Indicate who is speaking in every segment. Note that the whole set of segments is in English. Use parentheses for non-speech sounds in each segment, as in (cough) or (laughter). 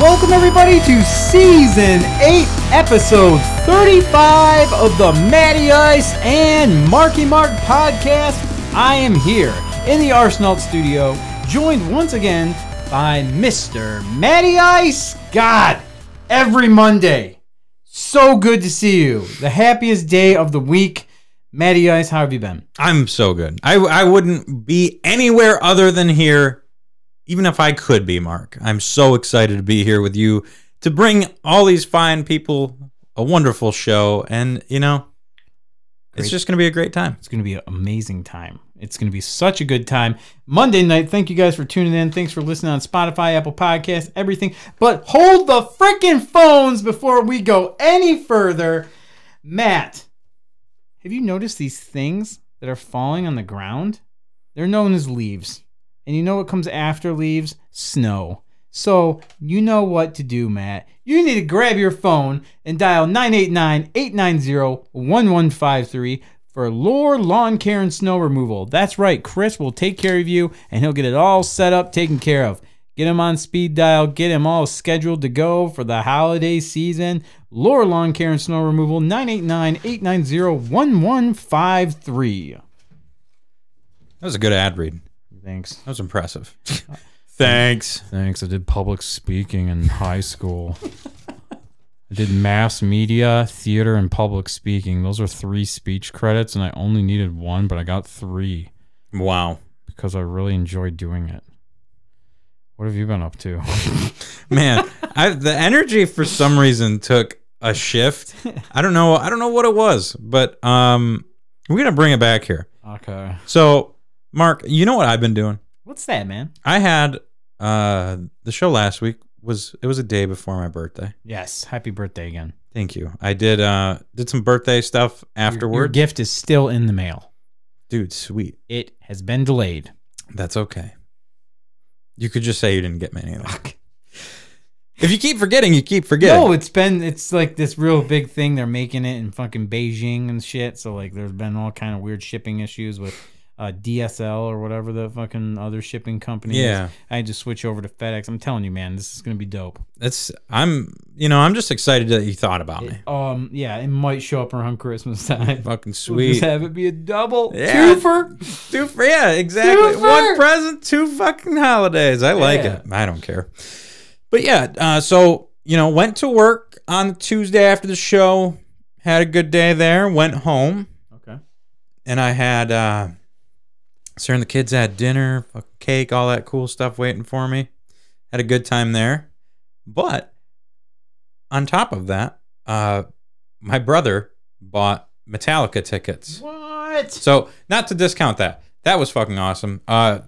Speaker 1: welcome everybody to season 8, episode 35 of the Matty Ice and Marky Mark podcast. I am here in the Arsenal studio, joined once again by Mr. Matty Ice. God, every Monday. So good to see you. The happiest day of the week. Matty Ice, how have you been?
Speaker 2: I'm so good. I, I wouldn't be anywhere other than here, even if I could be, Mark. I'm so excited to be here with you to bring all these fine people a wonderful show. And, you know,
Speaker 1: Great.
Speaker 2: it's just going to be a great time.
Speaker 1: It's going to be an amazing time. It's going to be such a good time. Monday night, thank you guys for tuning in. Thanks for listening on Spotify, Apple Podcasts, everything. But hold the freaking phones before we go any further. Matt, have you noticed these things that are falling on the ground? They're known as leaves. And you know what comes after leaves? Snow. So you know what to do, Matt. You need to grab your phone and dial 989 890 1153 for Lore Lawn Care and Snow Removal. That's right, Chris will take care of you and he'll get it all set up, taken care of. Get him on speed dial, get him all scheduled to go for the holiday season. Lore Lawn Care and Snow Removal 989 890 1153.
Speaker 2: That was a good ad read.
Speaker 1: Thanks.
Speaker 2: That was impressive. (laughs) Thanks.
Speaker 3: Thanks. I did public speaking in high school. I did mass media, theater, and public speaking. Those are three speech credits, and I only needed one, but I got three
Speaker 2: Wow.
Speaker 3: because I really enjoyed doing it. What have you been up
Speaker 1: (laughs)
Speaker 3: to?
Speaker 2: Man, I, the energy for some reason took a shift. I don't know. I don't know what it was, but um, we're going to bring it back here.
Speaker 3: okay.
Speaker 2: So, Mark, you know what I've been doing?
Speaker 1: What's that, man?
Speaker 2: I had uh the show last week was it was a day before my birthday.
Speaker 1: Yes, happy birthday again.
Speaker 2: Thank you. I did uh did some birthday stuff
Speaker 1: Your
Speaker 2: afterward.
Speaker 1: gift is still in the mail.
Speaker 2: Dude, sweet.
Speaker 1: It has been delayed.
Speaker 2: That's okay. You could just say you didn't get me anything. if you keep forgetting, you keep forgetting.
Speaker 1: No, it's been it's like this real big thing. They're making it in fucking Beijing and shit. So like, there's been all kind of weird shipping issues with uh, DSL or whatever the fucking other shipping company. is.
Speaker 2: Yeah.
Speaker 1: I had to switch over to FedEx. I'm telling you, man, this is gonna be dope.
Speaker 2: That's I'm you know, I'm just excited that you thought about me.
Speaker 1: Um, yeah, it might show up around Christmas (laughs) time.
Speaker 2: Fucking
Speaker 1: We'll just (laughs)
Speaker 2: sweet.
Speaker 1: have it be a double
Speaker 2: Yeah.
Speaker 1: twofer.
Speaker 2: Two for yeah, exactly.
Speaker 1: Two for-
Speaker 2: One present, two fucking holidays. I like
Speaker 1: Yeah.
Speaker 2: it. I don't care. But yeah, uh, so you know, went to work on Tuesday after the show. Had a good day there. Went home,
Speaker 1: Okay.
Speaker 2: and I had uh, Sarah and the kids had dinner, fucking cake, all that cool stuff waiting for me. Had a good time there. But on top of that, uh, my brother bought Metallica tickets.
Speaker 1: What?
Speaker 2: So not to discount that. That was fucking awesome. Uh,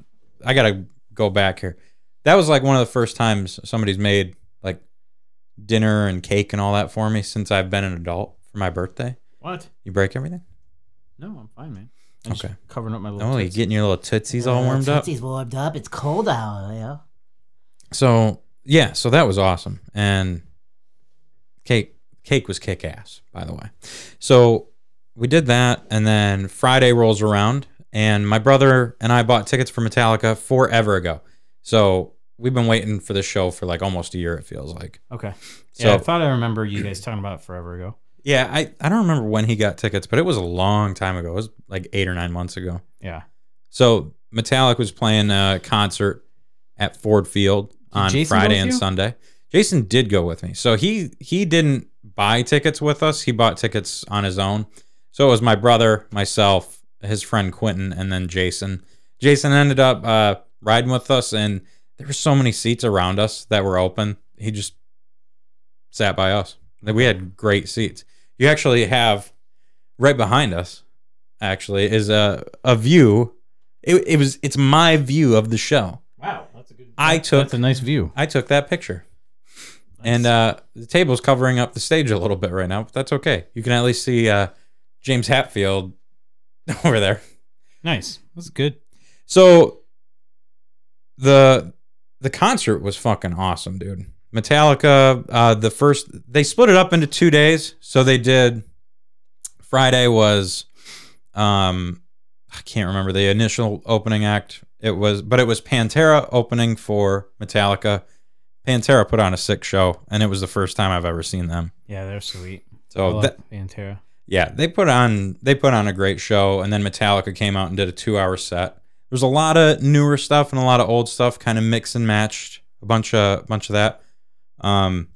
Speaker 2: I gotta go back here. That was like one of the first times somebody's made like dinner and cake and all that for me since I've been an adult for my birthday.
Speaker 1: What?
Speaker 2: You break everything?
Speaker 1: No, I'm fine, man. I'm just
Speaker 2: Okay.
Speaker 1: Covering up my little.
Speaker 2: Oh, you're
Speaker 1: tits.
Speaker 2: getting your little tootsies all warmed up.
Speaker 4: Tootsie's Uh, warmed up. It's cold out. Yeah.
Speaker 2: So yeah, so that was awesome. And cake cake was kick ass, by the way. So we did that and then Friday rolls around and my brother and I bought tickets for Metallica forever ago. So we've been waiting for this show for like almost a year, it feels like.
Speaker 1: Okay.
Speaker 2: So-
Speaker 1: Yeah, I thought I remember you guys talking about it forever ago.
Speaker 2: Yeah, I, I don't remember when he got tickets, but it was a long time ago. It was like eight or nine months ago.
Speaker 1: Yeah.
Speaker 2: So Metallic was playing a concert at Ford Field on
Speaker 1: Jason go
Speaker 2: Friday
Speaker 1: with
Speaker 2: and
Speaker 1: you?
Speaker 2: Sunday. Jason did go with me. So he he didn't buy tickets with us. He bought tickets on his own. So it was my brother, myself, his friend Quentin, and then Jason. Jason ended up uh, riding with us, and there were so many seats around us that were open. He just sat by us. Like, We had great seats. You actually have right behind us. Actually, is a a view. It, it was it's my view of the show.
Speaker 1: Wow, that's a good.
Speaker 2: I took
Speaker 1: That's a nice view.
Speaker 2: I took that picture, and uh, the table's covering up the stage a little bit right now. But that's okay. You can at least see uh, James Hatfield (laughs) over there.
Speaker 1: Nice. That's good.
Speaker 2: So the the concert was fucking awesome, dude. Metallica, uh, the first they split it up into two days. So they did Friday was um I can't remember the initial opening act. It was but it was Pantera opening for Metallica. Pantera put on a sick show, and it was the first time I've ever seen them.
Speaker 1: Yeah, they're sweet. I
Speaker 2: So
Speaker 1: love
Speaker 2: Oh, that,
Speaker 1: Pantera.
Speaker 2: yeah, they put on they put on a great show, and then Metallica came out and did a two hour set. There's a lot of newer stuff and a lot of old stuff, kind of mixed and matched. A bunch of bunch of that. Um,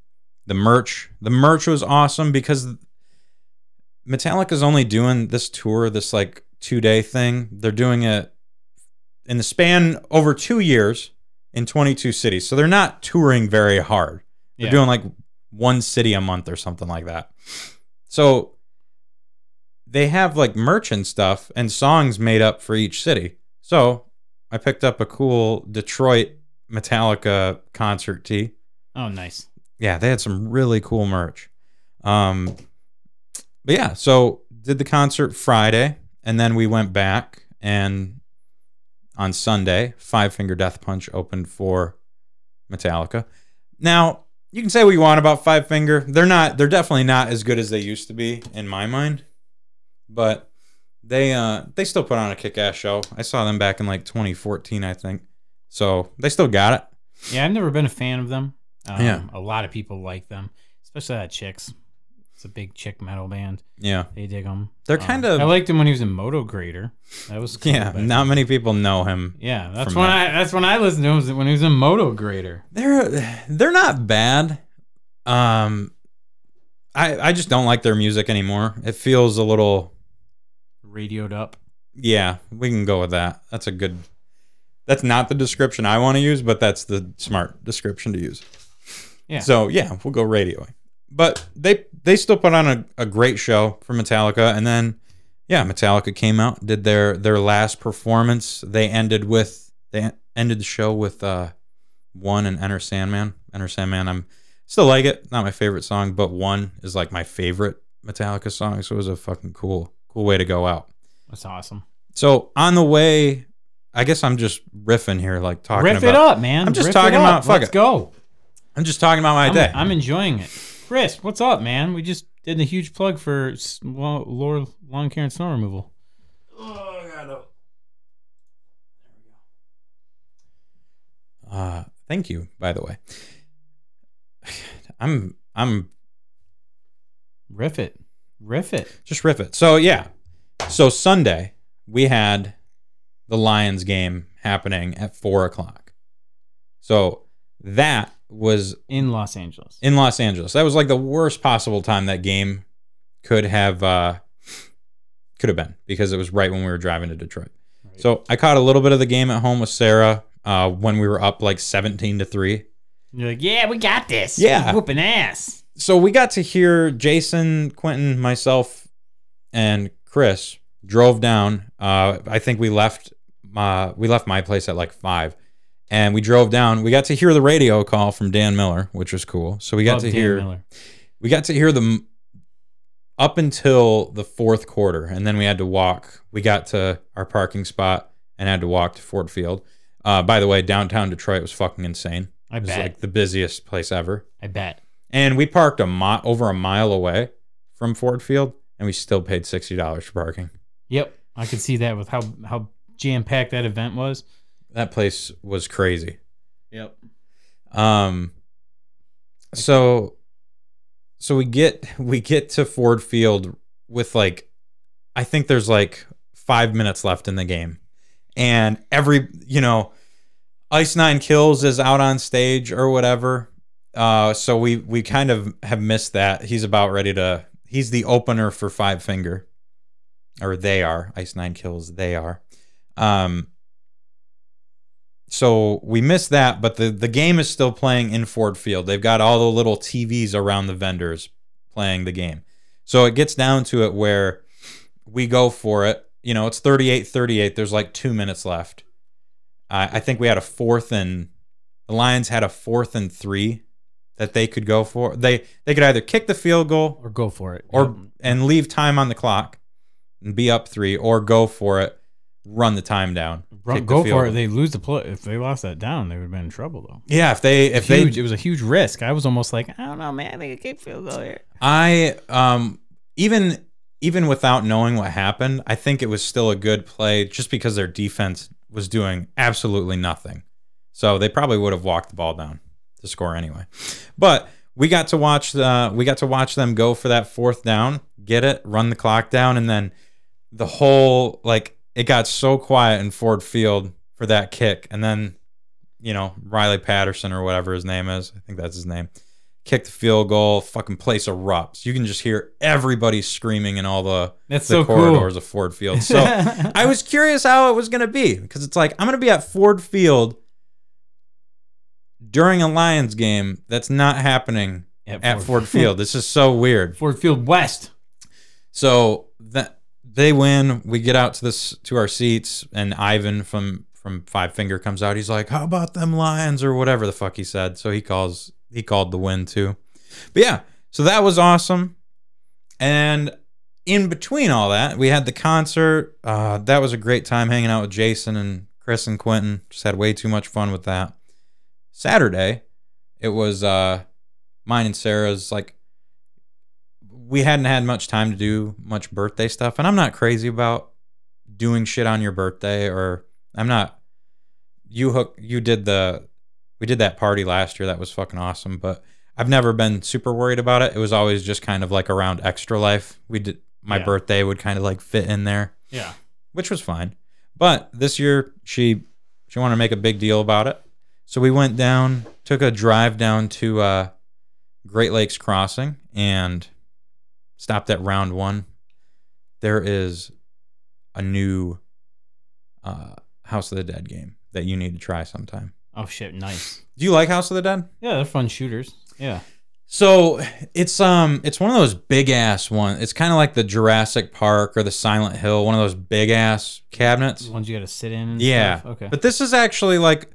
Speaker 2: the merch, the merch was awesome because Metallica's only doing this tour, this like two day thing. They're doing it in the span over two years in 22 cities, so they're not touring very hard. They're
Speaker 1: Yeah.
Speaker 2: doing like one city a month or something like that. So they have like merch and stuff and songs made up for each city. So I picked up a cool Detroit Metallica concert tee.
Speaker 1: Oh, nice.
Speaker 2: Yeah, they had some really cool merch. Um, but yeah, so did the concert Friday, and then we went back and on Sunday, Five Finger Death Punch opened for Metallica. Now you can say what you want about Five Finger; they're not, they're definitely not as good as they used to be in my mind, but they uh they still put on a kick-ass show. I saw them back in like 2014, I think. So they still got it.
Speaker 1: Yeah, I've never been a fan of them. Um,
Speaker 2: Yeah.
Speaker 1: A lot of people like them, especially that chicks. It's a big chick metal band.
Speaker 2: Yeah,
Speaker 1: They dig them.
Speaker 2: They're kind of-
Speaker 1: I liked him when he was in Moto Grader. That was cool,
Speaker 2: yeah.
Speaker 1: but-
Speaker 2: Not many people know him.
Speaker 1: Yeah, that's
Speaker 2: from
Speaker 1: when I that's when I listened to him was when he was in Moto Grader.
Speaker 2: they're they're not bad. Um, I I just don't like their music anymore. It feels a little
Speaker 1: Radioed up.
Speaker 2: yeah. We can go with that. That's a good. That's not the description I want to use, but that's the smart description to use.
Speaker 1: Yeah.
Speaker 2: So yeah, we'll go radio. But they they still put on a, a great show for Metallica, and then yeah, Metallica came out did their their last performance. They ended with they ended the show with uh one and Enter Sandman. Enter Sandman, I'm still like it. Not my favorite song, but one is like my favorite Metallica song. So it was a fucking cool cool way to go out.
Speaker 1: That's awesome.
Speaker 2: So on the way, I guess I'm just riffing here, like talking
Speaker 1: Riff
Speaker 2: about.
Speaker 1: it up, man.
Speaker 2: I'm just
Speaker 1: Riff
Speaker 2: talking
Speaker 1: it up.
Speaker 2: about- fuck
Speaker 1: Let's
Speaker 2: it.
Speaker 1: go.
Speaker 2: I'm just talking about my
Speaker 1: I'm,
Speaker 2: day.
Speaker 1: I'm enjoying it. Chris, what's up, man? We just did a huge plug for s- lo- Laura Lawn Care and Snow Removal.
Speaker 2: Uh, thank you, by the way. (sighs) I'm I'm
Speaker 1: Riff it. Riff it.
Speaker 2: just riff it. So yeah, so Sunday we had the Lions game happening at four o'clock. So that was
Speaker 1: In Los Angeles.
Speaker 2: in Los Angeles. That was like the worst possible time that game could have uh, could have been because it was right when we were driving to Detroit. So I caught a little bit of the game at home with Sarah uh, when we were up like seventeen to three.
Speaker 1: You're like, yeah, we got this.
Speaker 2: Yeah.
Speaker 1: Whooping ass.
Speaker 2: so we got to hear Jason, Quentin, myself, and Chris drove down. Uh, I think we left uh, we left my place at like five, and we drove down. We got to hear the radio call from Dan Miller, which was cool. So we got
Speaker 1: Love
Speaker 2: to
Speaker 1: Dan
Speaker 2: hear
Speaker 1: Miller.
Speaker 2: we got to hear them up until the fourth quarter, and then we had to walk. We got to our parking spot and had to walk to Ford Field. Uh, by the way, downtown Detroit was fucking insane.
Speaker 1: I
Speaker 2: It was
Speaker 1: bet.
Speaker 2: like the busiest place ever
Speaker 1: I bet.
Speaker 2: and we parked a mi- over a mile away from Ford Field, and we still paid sixty dollars for parking.
Speaker 1: Yep. I could see that with how how jam packed that event was.
Speaker 2: That place was crazy.
Speaker 1: Yep.
Speaker 2: Um, so, so we get we get to Ford Field with like, I think there's like five minutes left in the game, and every you know, Ice Nine Kills is out on stage or whatever. Uh, so we we kind of have missed that. He's about ready to. He's the opener for Five Finger, or they are Ice Nine Kills. They are. Um, so we missed that, but the, the game is still playing in Ford Field. They've got all the little TVs around the vendors playing the game. So it gets down to it where we go for it. You know, it's 38 38. There's like two minutes left. I I think we had a fourth and the Lions had a fourth and three that they could go for. They they could either kick the field goal
Speaker 1: Or go for it.
Speaker 2: or
Speaker 1: Yep.
Speaker 2: and leave time on the clock and be up three or go for it, run the time down.
Speaker 1: Run,
Speaker 2: kick the
Speaker 1: go
Speaker 2: field
Speaker 1: for it.
Speaker 2: goal.
Speaker 1: They lose the play. If they lost that down, they would have been in trouble though.
Speaker 2: Yeah, if they if they
Speaker 1: huge, it was a huge risk. I was almost like, I don't know, man. I think I kick field goal here.
Speaker 2: I um even even without knowing what happened, I think it was still a good play just because their defense was doing absolutely nothing. So they probably would have walked the ball down. to score anyway. But we got to watch uh, we got to watch them go for that fourth down, get it, run the clock down, and then the whole like it got so quiet in Ford Field for that kick, and then you know Riley Patterson or whatever his name is, I think that's his name, kicked the field goal. Fucking place erupts. You can just hear everybody screaming in all the
Speaker 1: That's
Speaker 2: the
Speaker 1: so (laughs)
Speaker 2: corridors
Speaker 1: cool.
Speaker 2: of Ford Field. So
Speaker 1: (laughs)
Speaker 2: I was curious how it was gonna be because it's like I'm gonna be at Ford Field during a Lions game that's not happening
Speaker 1: At
Speaker 2: at
Speaker 1: Ford. (laughs)
Speaker 2: Ford Field. This is so weird.
Speaker 1: Ford Field West.
Speaker 2: So that they win, we get out to this to our seats, and Ivan from from Five Finger comes out. He's like, "How about them Lions?" or whatever the fuck he said. So he calls he called the win too. But yeah, so that was awesome. And in between all that, we had the concert. Uh, that was a great time hanging out with Jason and Chris and Quentin. Just had way too much fun with that. Saturday, it was uh, mine and Sarah's like we hadn't had much time to do much birthday stuff and i'm not crazy about doing shit on your birthday or i'm not you hook you did the we did that party last year that was fucking awesome but i've never been super worried about it it was always just kind of like around extra life we did my
Speaker 1: Yeah.
Speaker 2: birthday would kind of like fit in there
Speaker 1: Yeah.
Speaker 2: which was fine. But this year she she wanted to make a big deal about it. So we went down, took a drive down to uh, Great Lakes Crossing and stopped at round one. There is a new uh, House of the Dead game that you need to try sometime.
Speaker 1: Oh shit, nice.
Speaker 2: Do you like House of the Dead?
Speaker 1: Yeah, they're fun shooters. Yeah.
Speaker 2: So it's um it's one of those big ass ones. It's kind of like the Jurassic Park or the Silent Hill, one of those big ass cabinets.
Speaker 1: The ones you got to sit in. And
Speaker 2: Yeah.
Speaker 1: Stuff. Okay.
Speaker 2: But this is actually like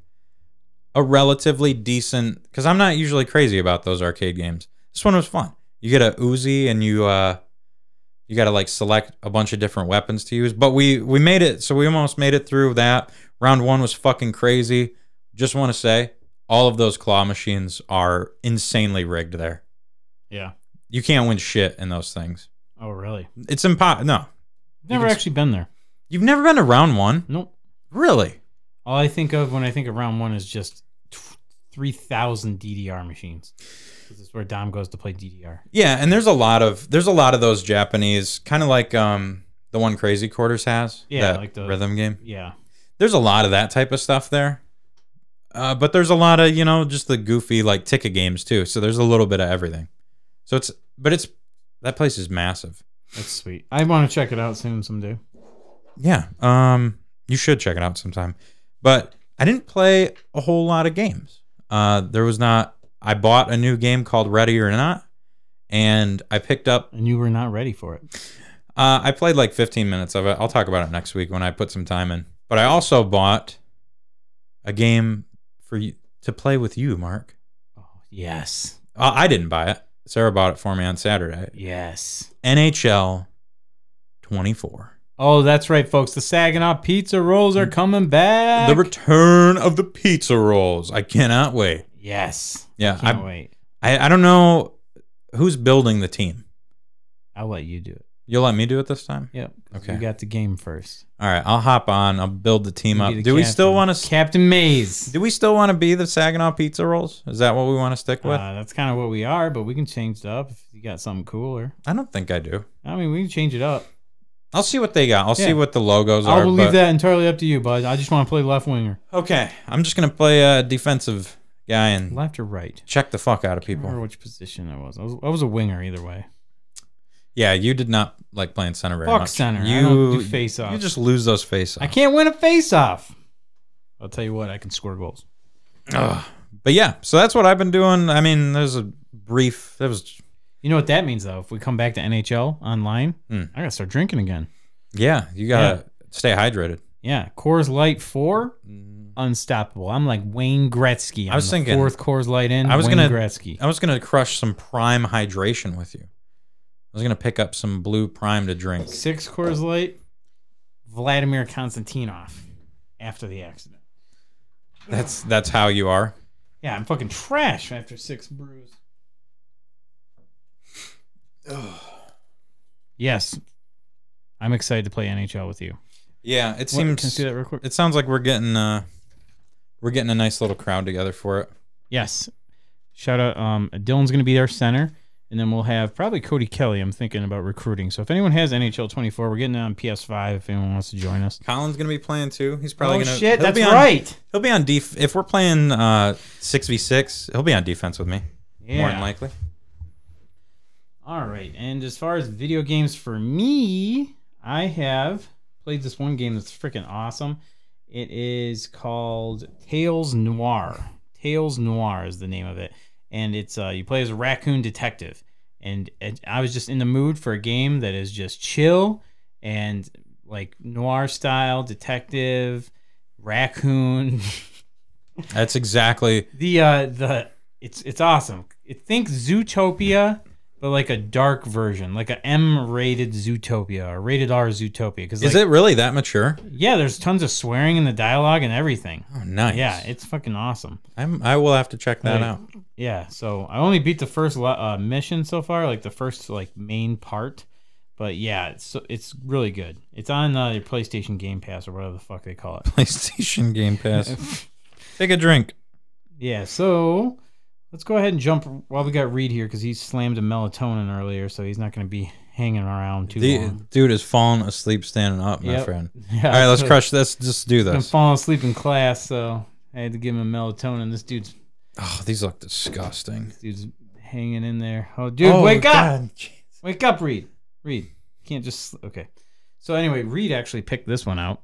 Speaker 2: a relatively decent because I'm not usually crazy about those arcade games. This one was fun. You get a Uzi and you uh you got to like select a bunch of different weapons to use. But we we made it, so we almost made it through that. Round one was fucking crazy. Just want to say, all of those claw machines are insanely rigged. There,
Speaker 1: yeah.
Speaker 2: you can't win shit in those things.
Speaker 1: Oh really?
Speaker 2: It's impossible. No,
Speaker 1: Never
Speaker 2: can s-
Speaker 1: actually been there.
Speaker 2: you've never been to round one,
Speaker 1: Nope.
Speaker 2: really?
Speaker 1: All I think of when I think of round one is just tw- three thousand DDR machines. 'Cause This is where Dom goes to play DDR.
Speaker 2: Yeah, and there's a lot of there's a lot of those Japanese kind of like um the one Crazy Quarters has.
Speaker 1: Yeah,
Speaker 2: that
Speaker 1: like the-
Speaker 2: rhythm game.
Speaker 1: Yeah.
Speaker 2: There's a lot of that type of stuff there. Uh, but there's a lot of you know just the goofy like ticket games too. So there's a little bit of everything. So it's but it's that place is massive.
Speaker 1: That's sweet. I want to check it out soon someday.
Speaker 2: Yeah. Um you should check it out sometime. But I didn't play a whole lot of games. Uh there was not I bought a new game called Ready or Not and I picked up
Speaker 1: And you were not ready for it.
Speaker 2: Uh, I played like 15 minutes of it. I'll talk about it next week when I put some time in. But I also bought a game for you to play with you, Mark.
Speaker 1: Oh yes.
Speaker 2: Uh, I didn't buy it. Sarah bought it for me on Saturday.
Speaker 1: Yes.
Speaker 2: NHL 24.
Speaker 1: Oh, that's right, folks. The Saginaw pizza rolls are coming back.
Speaker 2: The return of the pizza rolls. I cannot wait.
Speaker 1: yes.
Speaker 2: Yeah,
Speaker 1: Can't
Speaker 2: I,
Speaker 1: wait.
Speaker 2: I I don't know who's building the team.
Speaker 1: I'll let you do it.
Speaker 2: You'll let me do it this time.
Speaker 1: Yep. 'cause
Speaker 2: Okay.
Speaker 1: You got the game first.
Speaker 2: All right, I'll hop on. I'll build the team
Speaker 1: You
Speaker 2: up.
Speaker 1: be
Speaker 2: Do
Speaker 1: the
Speaker 2: we
Speaker 1: captain.
Speaker 2: still want to?
Speaker 1: Captain Maze?
Speaker 2: Do we still want to be the Saginaw Pizza Rolls? Is that what we want to stick with?
Speaker 1: Uh, that's kind of what we are, but we can change it up if you got something cooler.
Speaker 2: I don't think I do.
Speaker 1: I mean, we can change it up.
Speaker 2: I'll see what they got. I'll
Speaker 1: Yeah.
Speaker 2: see what the logos
Speaker 1: I
Speaker 2: are.
Speaker 1: will
Speaker 2: but-
Speaker 1: leave that entirely up to you, bud. I just want to play left winger,
Speaker 2: Okay, I'm just gonna play a defensive guy and
Speaker 1: left or right.
Speaker 2: check the fuck out of
Speaker 1: I don't remember
Speaker 2: people.
Speaker 1: which position I was. I was, I was a winger either way.
Speaker 2: Yeah, you did not like playing center very
Speaker 1: Fuck
Speaker 2: much.
Speaker 1: center. I
Speaker 2: You
Speaker 1: don't do face-offs.
Speaker 2: You just lose those face
Speaker 1: I
Speaker 2: offs.
Speaker 1: can't win a face-off. I'll tell you what, I can score goals.
Speaker 2: But yeah, so that's what I've been doing. I mean, there's a brief. That was
Speaker 1: You know what that means, though. If we come back to NHL online,
Speaker 2: Hmm.
Speaker 1: I gotta start drinking again.
Speaker 2: yeah. You gotta stay hydrated.
Speaker 1: Yeah, Coors Light four, unstoppable. I'm like Wayne Gretzky.
Speaker 2: Mm. I was
Speaker 1: I'm the
Speaker 2: thinking-
Speaker 1: fourth Coors Light in.
Speaker 2: I was
Speaker 1: Wayne
Speaker 2: gonna-
Speaker 1: Gretzky.
Speaker 2: I was gonna crush some prime hydration with you. I was gonna pick up some blue prime to drink.
Speaker 1: Six Coors Light. Vladimir Konstantinov after the accident.
Speaker 2: That's that's how you are.
Speaker 1: Yeah, I'm fucking trash after six
Speaker 2: (sighs)
Speaker 1: brews. yes, I'm excited to play NHL with you.
Speaker 2: Yeah, it
Speaker 1: What,
Speaker 2: seems.
Speaker 1: can I see that real quick?
Speaker 2: It sounds like we're getting uh we're getting a nice little crowd together for it.
Speaker 1: Yes. Shout out, um, Dylan's going to be our center, and then we'll have probably Cody Kelly. I'm thinking about recruiting. So if anyone has NHL 24, we're getting it on PS5. If anyone wants to join us,
Speaker 2: Colin's gonna be playing too. He's probably
Speaker 1: oh
Speaker 2: gonna.
Speaker 1: shit,
Speaker 2: he'll
Speaker 1: that's
Speaker 2: be on-
Speaker 1: right.
Speaker 2: He'll be on def. If we're playing uh six v six, he'll be on defense with me. More than
Speaker 1: Yeah.
Speaker 2: likely.
Speaker 1: All right. And as far as video games for me, I have played this one game that's freaking awesome. It is called Tales Noir. Tales Noir is the name of it. And it's uh, you play as a raccoon detective. And it, I was just in the mood for a game that is just chill and like noir style detective raccoon
Speaker 2: That's exactly.
Speaker 1: the uh the it's it's awesome. It think Zootopia, but like a dark version, like a M rated Zootopia or rated R Zootopia. Because
Speaker 2: is it really that mature?
Speaker 1: Yeah, there's tons of swearing in the dialogue and everything.
Speaker 2: Oh, nice.
Speaker 1: Yeah, it's fucking awesome.
Speaker 2: I'm. I will have to check that
Speaker 1: Like-
Speaker 2: out. (laughs)
Speaker 1: Yeah, so I only beat the first le- uh, mission so far, like the first like main part. But yeah, it's it's really good. It's on uh, your PlayStation Game Pass or whatever the fuck they call it.
Speaker 2: PlayStation
Speaker 1: (laughs)
Speaker 2: Game Pass. Take a drink.
Speaker 1: Yeah, so let's go ahead and jump while we got Reed here because he slammed a melatonin earlier, so he's not going to be hanging around too
Speaker 2: The
Speaker 1: long.
Speaker 2: dude is falling asleep standing up, my
Speaker 1: Yep.
Speaker 2: friend.
Speaker 1: Yeah,
Speaker 2: (laughs) All
Speaker 1: (laughs)
Speaker 2: right, let's
Speaker 1: so
Speaker 2: crush this. Just do
Speaker 1: I've been
Speaker 2: this.
Speaker 1: falling asleep in class, so I had to give him a melatonin. This dude's
Speaker 2: Oh, these look disgusting.
Speaker 1: dude's hanging in there. Oh, dude, wake up! Wake up, Reed. Reed, can't just okay. So anyway, Reed actually picked this one out.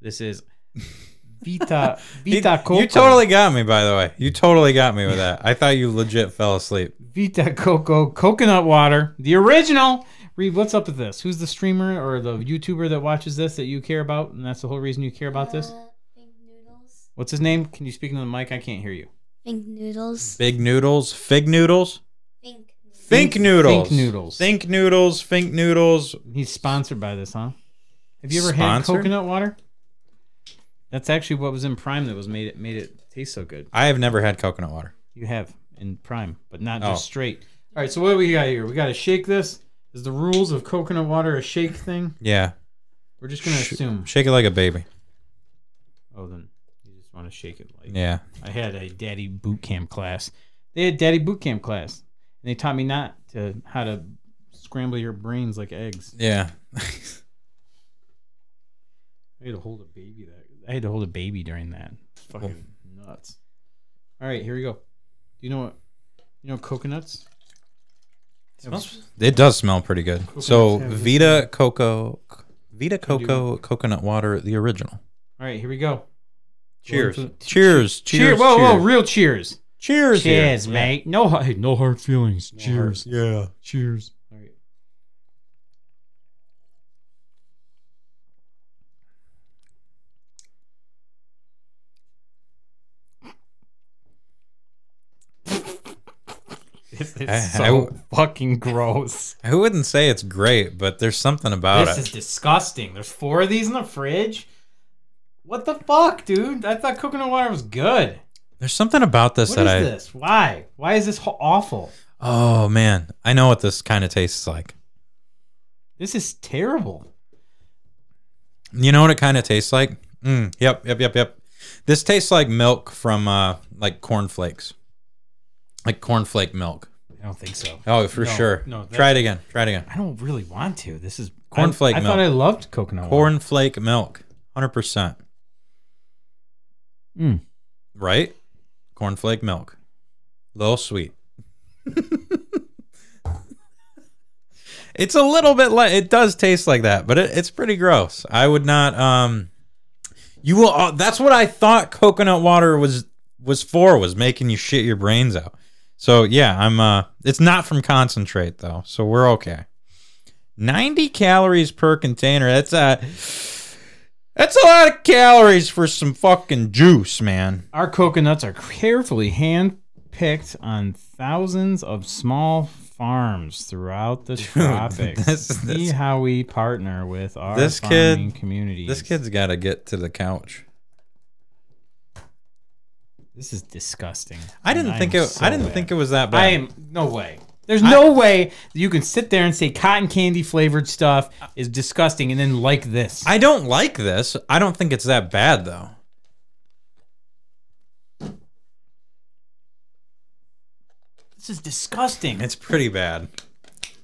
Speaker 1: This is
Speaker 2: (laughs)
Speaker 1: Vita
Speaker 2: You,
Speaker 1: Vita Coco.
Speaker 2: you totally got me, by the way. You totally got me with that. I thought you legit fell asleep.
Speaker 1: Vita Coco coconut water, the original. Reed, what's up with this? Who's the streamer or the YouTuber that watches this that you care about? And that's the whole reason you care about this.
Speaker 5: Uh, Big noodles.
Speaker 1: What's his name? Can you speak into the mic? I can't hear you.
Speaker 5: Big noodles.
Speaker 2: Big noodles, fig noodles,
Speaker 5: Think.
Speaker 2: think noodles,
Speaker 5: noodles.
Speaker 1: Think noodles.
Speaker 2: think noodles, think noodles.
Speaker 1: He's sponsored by this, huh? Have you ever
Speaker 2: Sponsored?
Speaker 1: had coconut water? That's actually what was in Prime that was made it made it taste so good.
Speaker 2: I have never had coconut water.
Speaker 1: You have in Prime, but not
Speaker 2: Oh.
Speaker 1: just straight. All right, so what do we got here? We got to shake this. Is the rules of coconut water a shake thing?
Speaker 2: Yeah,
Speaker 1: We're just gonna
Speaker 2: Sh-
Speaker 1: assume.
Speaker 2: shake it like a baby.
Speaker 1: Oh, then you just want to shake it like.
Speaker 2: Yeah,
Speaker 1: I had a daddy boot camp class. They had daddy boot camp class, and they taught me not to how to scramble your brains like eggs.
Speaker 2: yeah. (laughs)
Speaker 1: I had to hold a baby that I had to hold a baby during that. It's
Speaker 2: Oh.
Speaker 1: fucking nuts. All right, here we go. Do you know what? You know coconuts.
Speaker 2: it does smell pretty good. so
Speaker 1: have this
Speaker 2: Vita Coco, Vita Coco coconut water, the original.
Speaker 1: All right, here we go.
Speaker 2: Cheers.
Speaker 1: Going to-
Speaker 2: Cheers. Cheers.
Speaker 1: Cheer! Whoa, whoa! Real cheers.
Speaker 2: Cheers. here.
Speaker 1: Cheers, mate. No, hi- no hard feelings.
Speaker 3: Cheers.
Speaker 2: Yeah.
Speaker 3: Cheers.
Speaker 1: All right. (laughs) This is
Speaker 2: I-
Speaker 1: so fucking (laughs) gross.
Speaker 2: I wouldn't say it's great, but there's something about
Speaker 1: This
Speaker 2: it.
Speaker 1: is disgusting. There's four of these in the fridge. What the fuck, dude? I thought coconut water was good.
Speaker 2: there's something about this
Speaker 1: What
Speaker 2: that I.
Speaker 1: is this? Why? Why is this ho- awful?
Speaker 2: Oh man, I know what this kind of tastes like.
Speaker 1: This is terrible.
Speaker 2: You know what it kind of tastes like? Mm, yep, yep, yep, yep. This tastes like milk from uh, like cornflakes, like cornflake milk.
Speaker 1: I don't think so.
Speaker 2: Oh, for
Speaker 1: No,
Speaker 2: sure.
Speaker 1: no, that-
Speaker 2: try it again. Try it again.
Speaker 1: I don't really want to. This is
Speaker 2: Cornflake
Speaker 1: I, I thought I
Speaker 2: milk.
Speaker 1: loved coconut water.
Speaker 2: Cornflake milk, hundred percent.
Speaker 1: Mm.
Speaker 2: Right? Cornflake milk, little sweet. it's a little bit like it does taste like that, but it, it's pretty gross. I would not. Um, you will. Uh, that's what I thought coconut water was was for was making you shit your brains out. So yeah, I'm. Uh, it's not from concentrate though, so we're okay. 90 calories per container. That's a that's a lot of calories for some fucking juice, man.
Speaker 1: Our coconuts are carefully hand picked on thousands of small farms throughout
Speaker 2: (laughs)
Speaker 1: the tropics.
Speaker 2: this-
Speaker 1: See
Speaker 2: this-
Speaker 1: how we partner with our
Speaker 2: this kid-
Speaker 1: farming community.
Speaker 2: This kid's got to get to the couch.
Speaker 1: this is disgusting.
Speaker 2: I didn't
Speaker 1: am
Speaker 2: think it.
Speaker 1: so
Speaker 2: I didn't
Speaker 1: mad.
Speaker 2: think it was that bad.
Speaker 1: I am no way. There's no way that you can sit there and say cotton candy flavored stuff is disgusting and then like this.
Speaker 2: I don't like this. I don't think it's that bad though.
Speaker 1: This is disgusting.
Speaker 2: It's pretty bad.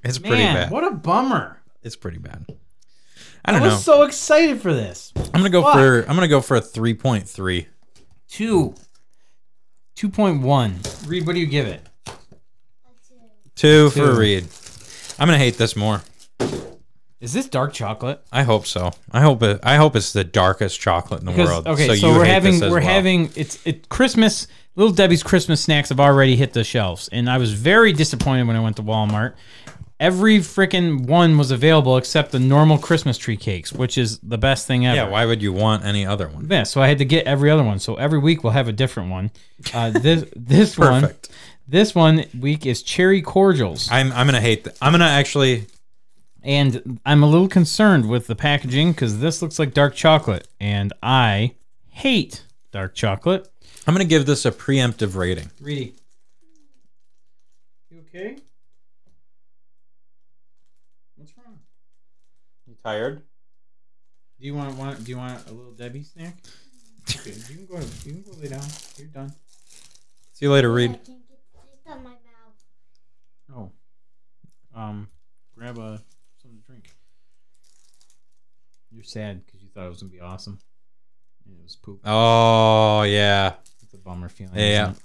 Speaker 2: It's
Speaker 1: Man,
Speaker 2: pretty bad.
Speaker 1: what a bummer.
Speaker 2: It's pretty bad. I
Speaker 1: I
Speaker 2: don't
Speaker 1: was
Speaker 2: know.
Speaker 1: so excited for this.
Speaker 2: I'm gonna go
Speaker 1: Fuck.
Speaker 2: for I'm gonna go for a three point three.
Speaker 1: Two. 2.1. Reed, what do you give it?
Speaker 2: Two for
Speaker 1: Two.
Speaker 2: Reed. I'm gonna hate this more.
Speaker 1: Is this dark chocolate?
Speaker 2: I hope so. I hope it. I hope it's the darkest chocolate in the
Speaker 1: Because-
Speaker 2: world.
Speaker 1: Okay, so,
Speaker 2: you
Speaker 1: we're
Speaker 2: hate
Speaker 1: having
Speaker 2: this as
Speaker 1: we're
Speaker 2: well.
Speaker 1: having it's it Christmas. Little Debbie's Christmas snacks have already hit the shelves, and I was very disappointed when I went to Walmart. Every freaking one was available except the normal Christmas tree cakes, which is the best thing ever.
Speaker 2: Yeah, why would you want any other one?
Speaker 1: Yeah, so I had to get every other one. So every week we'll have a different one. Uh, this (laughs) this one,
Speaker 2: Perfect.
Speaker 1: this one week is cherry cordials,
Speaker 2: I'm I'm gonna hate. Th- I'm gonna actually.
Speaker 1: and I'm a little concerned with the packaging because this looks like dark chocolate, and I hate dark chocolate.
Speaker 2: I'm gonna give this a preemptive rating.
Speaker 1: Reedy. You okay? What's wrong?
Speaker 2: You tired?
Speaker 1: Do you want want do you want a little Debbie (laughs) snack? Okay, you can go you can go lay down. You're done.
Speaker 2: See you later,
Speaker 5: I
Speaker 2: Reed.
Speaker 5: can't get taste on my mouth.
Speaker 1: Oh. Um grab a something to drink. You're sad because you thought it was gonna be awesome. And it was poop.
Speaker 2: Oh yeah,
Speaker 1: It's a bummer feeling.
Speaker 2: yeah.
Speaker 1: isn't it?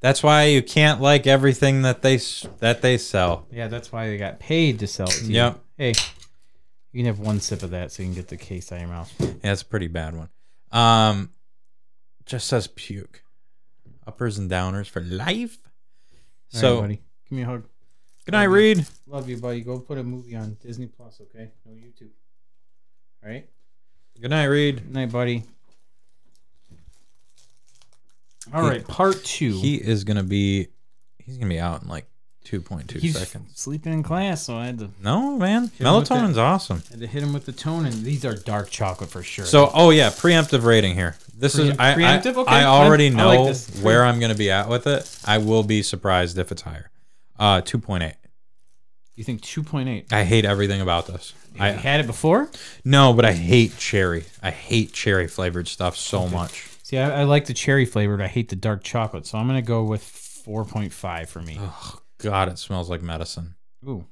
Speaker 2: That's why you can't like everything that they s- that they sell.
Speaker 1: Yeah, that's why they got paid to sell it to you.
Speaker 2: Yep.
Speaker 1: Hey. You can have one sip of that so you can get the case out of your mouth.
Speaker 2: Yeah, it's a pretty bad one. Um, just says puke. Uppers and downers for life.
Speaker 1: All right,
Speaker 2: so
Speaker 1: buddy. Give me a hug.
Speaker 2: good night, Reed.
Speaker 1: Love you, buddy. Go put a movie on Disney Plus, okay? No YouTube. All right.
Speaker 2: Good night, Reed.
Speaker 1: Good night, buddy. All right, part two.
Speaker 2: He is gonna be he's gonna be out in like two point two
Speaker 1: He's
Speaker 2: seconds.
Speaker 1: sleeping in class, so I had to,
Speaker 2: No, man.
Speaker 1: him with
Speaker 2: Melatonin's awesome.
Speaker 1: had to hit him with the tone. And these are dark chocolate for sure.
Speaker 2: So oh yeah, preemptive rating here. This is
Speaker 1: Preempt-
Speaker 2: I, I,
Speaker 1: preemptive? Okay,
Speaker 2: I
Speaker 1: I-
Speaker 2: already
Speaker 1: I
Speaker 2: know
Speaker 1: like this.
Speaker 2: where I'm gonna be at with it. I will be surprised if it's higher. Uh two point eight.
Speaker 1: you think two point eight?
Speaker 2: I hate everything about this.
Speaker 1: I
Speaker 2: I
Speaker 1: had it before.
Speaker 2: no, but I hate cherry. I hate cherry flavored stuff so much.
Speaker 1: See, I, I like the cherry flavored. I hate the dark chocolate, so I'm gonna go with four point five for me.
Speaker 2: Oh god, it smells like medicine.
Speaker 1: Ooh,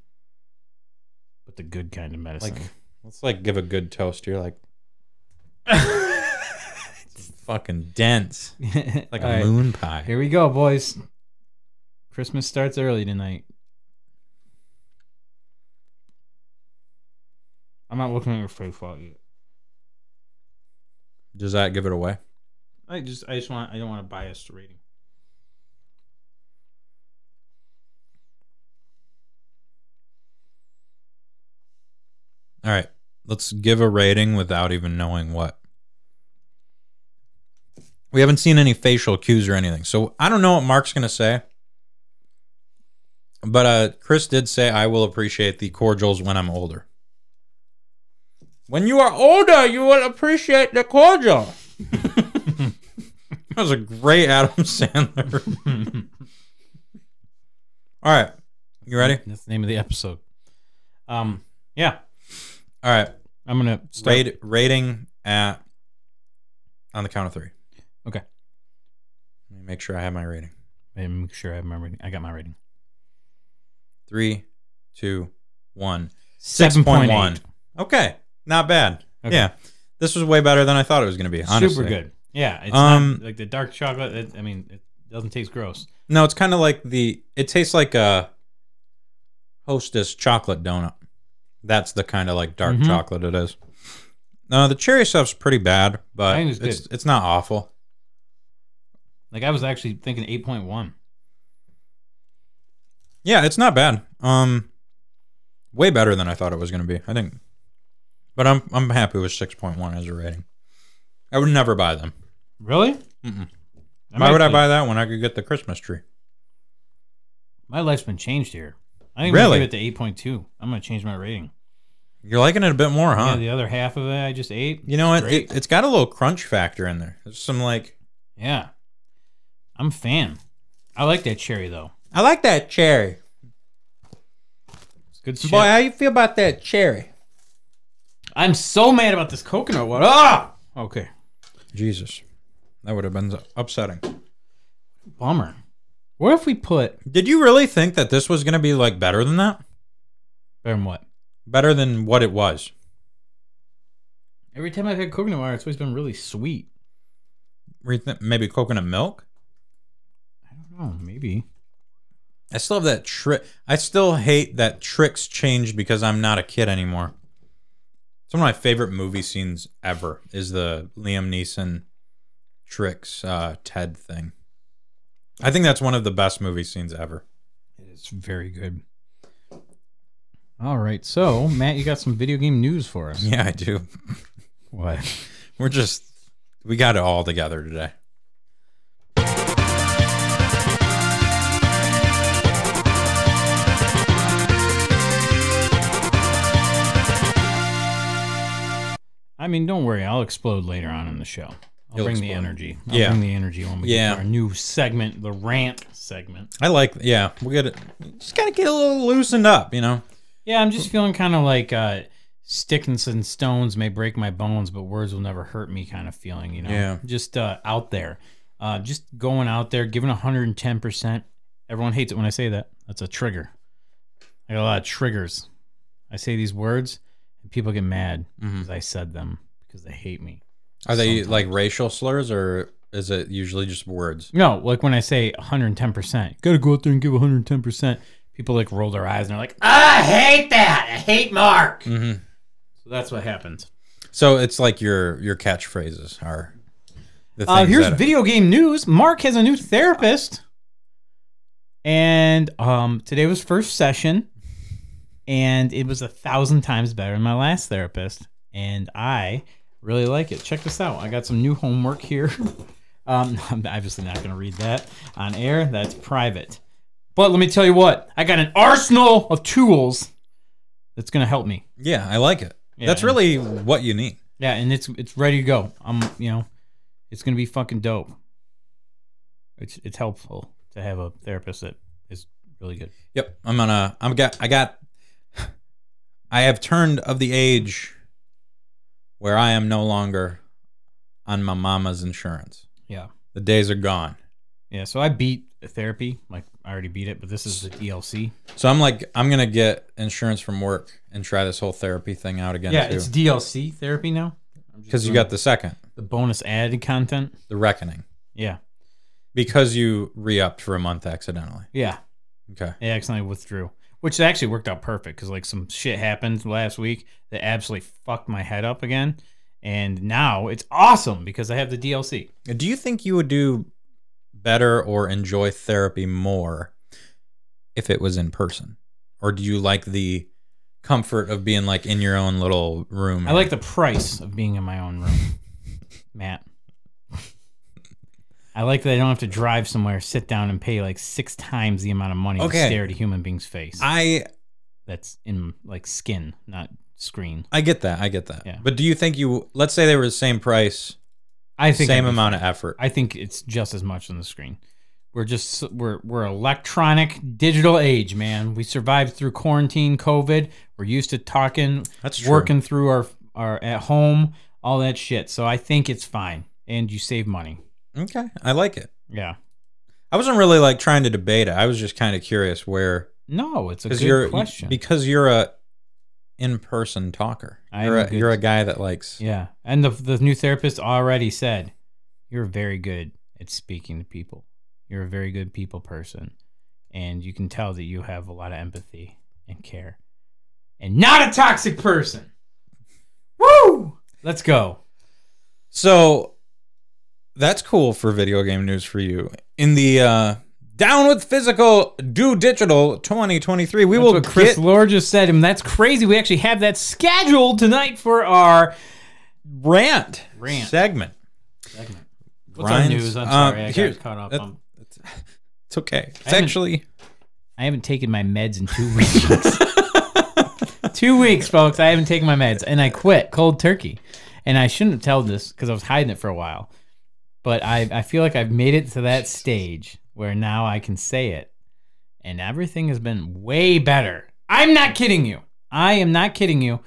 Speaker 1: but the good kind of medicine.
Speaker 2: Like let's like give a good toast.
Speaker 1: (laughs)
Speaker 2: You're like It's fucking dense.
Speaker 1: (laughs)
Speaker 2: Like a moon pie.
Speaker 1: Here we go, boys. Christmas starts early tonight. I'm not looking at your face while you.
Speaker 2: Does that give it away?
Speaker 1: I just, I just want, I don't want a biased (laughs) rating.
Speaker 2: All right. Let's give a rating without even knowing what. We haven't seen any facial cues or anything. So I don't know what Mark's going to say. But uh, Chris did say, I will appreciate the cordials when I'm older. When you are older, you will appreciate the cordial. (laughs) that was a great Adam Sandler. All right. You ready?
Speaker 1: That's the name of the episode. Um, yeah,
Speaker 2: All right.
Speaker 1: I'm gonna start.
Speaker 2: Rate, rating at on the count of three.
Speaker 1: Okay.
Speaker 2: Let me make sure I have my rating.
Speaker 1: and Make sure I have my rating. I got my rating.
Speaker 2: Three, two, one.
Speaker 1: Seven point one.
Speaker 2: 6.1. Okay. Not bad.
Speaker 1: Okay.
Speaker 2: Yeah. This was way better than I thought it was going to be. Honestly.
Speaker 1: Super good. Yeah, it's
Speaker 2: Um,
Speaker 1: not, like the dark chocolate. It, I mean, it doesn't taste gross.
Speaker 2: No, it's kind of like the. It tastes like a Hostess chocolate donut. That's the kind of like dark
Speaker 1: Mhm.
Speaker 2: chocolate it is. No, the cherry stuff's pretty bad, but
Speaker 1: I think it's
Speaker 2: it's
Speaker 1: good.
Speaker 2: it's, not awful.
Speaker 1: Like I was actually thinking eight point one.
Speaker 2: Yeah, it's not bad. Um, way better than I thought it was going to be. I think, but I'm I'm happy with six point one as a rating. I would never buy them.
Speaker 1: Really?
Speaker 2: Mm-mm.
Speaker 1: I'm
Speaker 2: Why would I
Speaker 1: actually-
Speaker 2: buy that when I could get the Christmas tree?
Speaker 1: My life's been changed here. I think really? I'm gonna
Speaker 2: Really?
Speaker 1: give it to eight point two. I'm gonna change my rating.
Speaker 2: You're liking it a bit more, huh?
Speaker 1: Yeah, the other half of it I just ate.
Speaker 2: You know what? It, it's got a little crunch factor in there. There's some like
Speaker 1: Yeah, I'm a fan. I like that cherry though.
Speaker 2: I like that cherry.
Speaker 1: It's good shit.
Speaker 2: Boy, how you feel about that cherry?
Speaker 1: I'm so mad about this coconut water. Ah, okay,
Speaker 2: Jesus, that would have been upsetting.
Speaker 1: bummer. What if we put
Speaker 2: Did you really think that this was going to be like better than that?
Speaker 1: better than what?
Speaker 2: Better than what it was?
Speaker 1: Every time I've had coconut water, it's always been really sweet.
Speaker 2: Rethink- Maybe coconut milk?
Speaker 1: I don't know, Oh, maybe.
Speaker 2: I still have that trick. I still hate that tricks changed because I'm not a kid anymore. It's one of my favorite movie scenes ever is the Liam Neeson tricks uh, Ted thing. I think that's one of the best movie scenes ever.
Speaker 1: It is very good. All right, so Matt, you got some video game news for us.
Speaker 2: Yeah, I do.
Speaker 1: What?
Speaker 2: We're just we got it all together today.
Speaker 1: I mean, don't worry, I'll explode later on in the show. I'll
Speaker 2: You'll
Speaker 1: bring the
Speaker 2: explode.
Speaker 1: energy. I'll
Speaker 2: Yeah.
Speaker 1: bring the energy when we
Speaker 2: Yeah.
Speaker 1: get to our new segment, the rant segment.
Speaker 2: I like yeah, we got it. Just gotta get a little loosened up, you know.
Speaker 1: Yeah, I'm just feeling kind of like uh, sticks and stones may break my bones, but words will never hurt me kind of feeling, you know?
Speaker 2: Yeah.
Speaker 1: Just uh, out there. Uh, just going out there, giving 110%. Everyone hates it when I say that. That's a trigger. I got a lot of triggers. I say these words, and people get mad because I said them because they hate me.
Speaker 2: Mm-hmm. Are they like racial slurs or is it usually just words?
Speaker 1: No, like when I say 110%, gotta go out there and give 110%, people like roll their eyes and they're like, I hate that. I hate Mark.
Speaker 2: Mhm.
Speaker 1: So that's what happens.
Speaker 2: So it's like your your catchphrases are. The
Speaker 1: Uh,
Speaker 2: things
Speaker 1: here's
Speaker 2: that-
Speaker 1: video game news Mark has a new therapist. And um, today was first session, and it was a thousand times better than my last therapist. And I really like it. Check this out. I got some new homework here. (laughs) Um, (laughs) I'm obviously not going to read that on air. That's private. But let me tell you what, I got an arsenal of tools that's going to help me.
Speaker 2: Yeah, I like it.
Speaker 1: Yeah,
Speaker 2: That's
Speaker 1: and-
Speaker 2: really what you need.
Speaker 1: Yeah, and it's it's ready to go. I'm you know, it's gonna be fucking dope. It's it's helpful to have a therapist that is really good.
Speaker 2: Yep. I'm gonna. I'm got. I got. (sighs) I have turned of the age where I am no longer on my mama's insurance.
Speaker 1: Yeah.
Speaker 2: The days are gone.
Speaker 1: Yeah, so I beat therapy. Like I already beat it, but this is the DLC.
Speaker 2: So I'm like, I'm gonna get insurance from work and try this whole therapy thing out again
Speaker 1: Yeah,
Speaker 2: too.
Speaker 1: it's DLC therapy now.
Speaker 2: Because you got the second,
Speaker 1: the bonus added content.
Speaker 2: the reckoning,
Speaker 1: Yeah.
Speaker 2: because you re-upped for a month accidentally.
Speaker 1: Yeah.
Speaker 2: Okay.
Speaker 1: They accidentally withdrew. Which actually worked out perfect because like some shit happened last week that absolutely fucked my head up again. And now it's awesome because I have the DLC.
Speaker 2: Do you think you would do better or enjoy therapy more if it was in person? Or do you like the comfort of being like in your own little room?
Speaker 1: I like the price of being in my own room, (laughs) Matt. I like that I don't have to drive somewhere, sit down, and pay like six times the amount of money to
Speaker 2: Okay.
Speaker 1: stare at a human being's face.
Speaker 2: I
Speaker 1: That's in like skin, not screen.
Speaker 2: I get that. I get that.
Speaker 1: Yeah.
Speaker 2: But do you think you let's say they were the same price,
Speaker 1: I think
Speaker 2: same
Speaker 1: I'm-
Speaker 2: amount of effort.
Speaker 1: I think it's just as much on the screen. We're just we're we're electronic digital age, man. We survived through quarantine, COVID. We're used to talking,
Speaker 2: That's true.
Speaker 1: working through our our at home, all that shit. So I think it's fine, and you save money.
Speaker 2: okay. I like it.
Speaker 1: Yeah.
Speaker 2: I wasn't really like trying to debate it. I was just kind of curious where
Speaker 1: No, it's a good
Speaker 2: because you're
Speaker 1: question.
Speaker 2: because you're a in person talker.
Speaker 1: I am
Speaker 2: you're
Speaker 1: a
Speaker 2: a,
Speaker 1: good-
Speaker 2: you're a guy that likes
Speaker 1: yeah, and the the new therapist already said you're very good at speaking to people. You're a very good people person, and you can tell that you have a lot of empathy and care, and not a toxic person. Woo! Let's go.
Speaker 2: So that's cool for video game news for you. In the uh, down with physical, do digital 2023, we
Speaker 1: That's
Speaker 2: will
Speaker 1: what Chris
Speaker 2: get
Speaker 1: Lord just said, and that's crazy. We actually have that scheduled tonight for our
Speaker 2: rant,
Speaker 1: Rant.
Speaker 2: segment.
Speaker 1: segment. What's
Speaker 2: What's our
Speaker 1: our
Speaker 2: Ryan's-
Speaker 1: news?
Speaker 2: news?
Speaker 1: I'm
Speaker 2: I'm
Speaker 1: sorry,
Speaker 2: um, sorry, I
Speaker 1: I
Speaker 2: got here-
Speaker 1: got caught up.
Speaker 2: that- on- It's okay. It's
Speaker 1: haven't-
Speaker 2: actually
Speaker 1: I haven't taken my meds in two (laughs) weeks. two weeks, folks. I haven't taken my meds, and I quit cold turkey. And I shouldn't have told this because I was hiding it for a while. But I, I feel like I've made it to that stage where now I can say it, and everything has been way better. I'm not kidding you. I am not kidding you.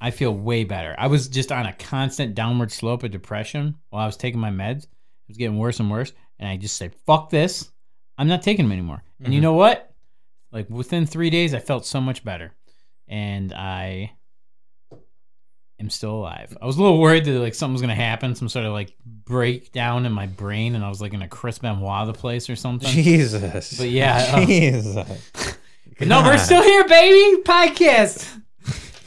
Speaker 1: I feel way better. I was just on a constant downward slope of depression while I was taking my meds. It was getting worse and worse, and I just said, "Fuck this! I'm not taking them anymore. And you know what? Like within three days, I felt so much better, and I am still alive. I was a little worried that like something was gonna happen, some sort of like breakdown in my brain, and I was like in a Chris Benoit the place or
Speaker 2: (laughs)
Speaker 1: something.
Speaker 2: Jesus.
Speaker 1: But yeah, um,
Speaker 2: Jesus.
Speaker 1: But (laughs) no, we're
Speaker 2: God.
Speaker 1: still here, baby. Podcast.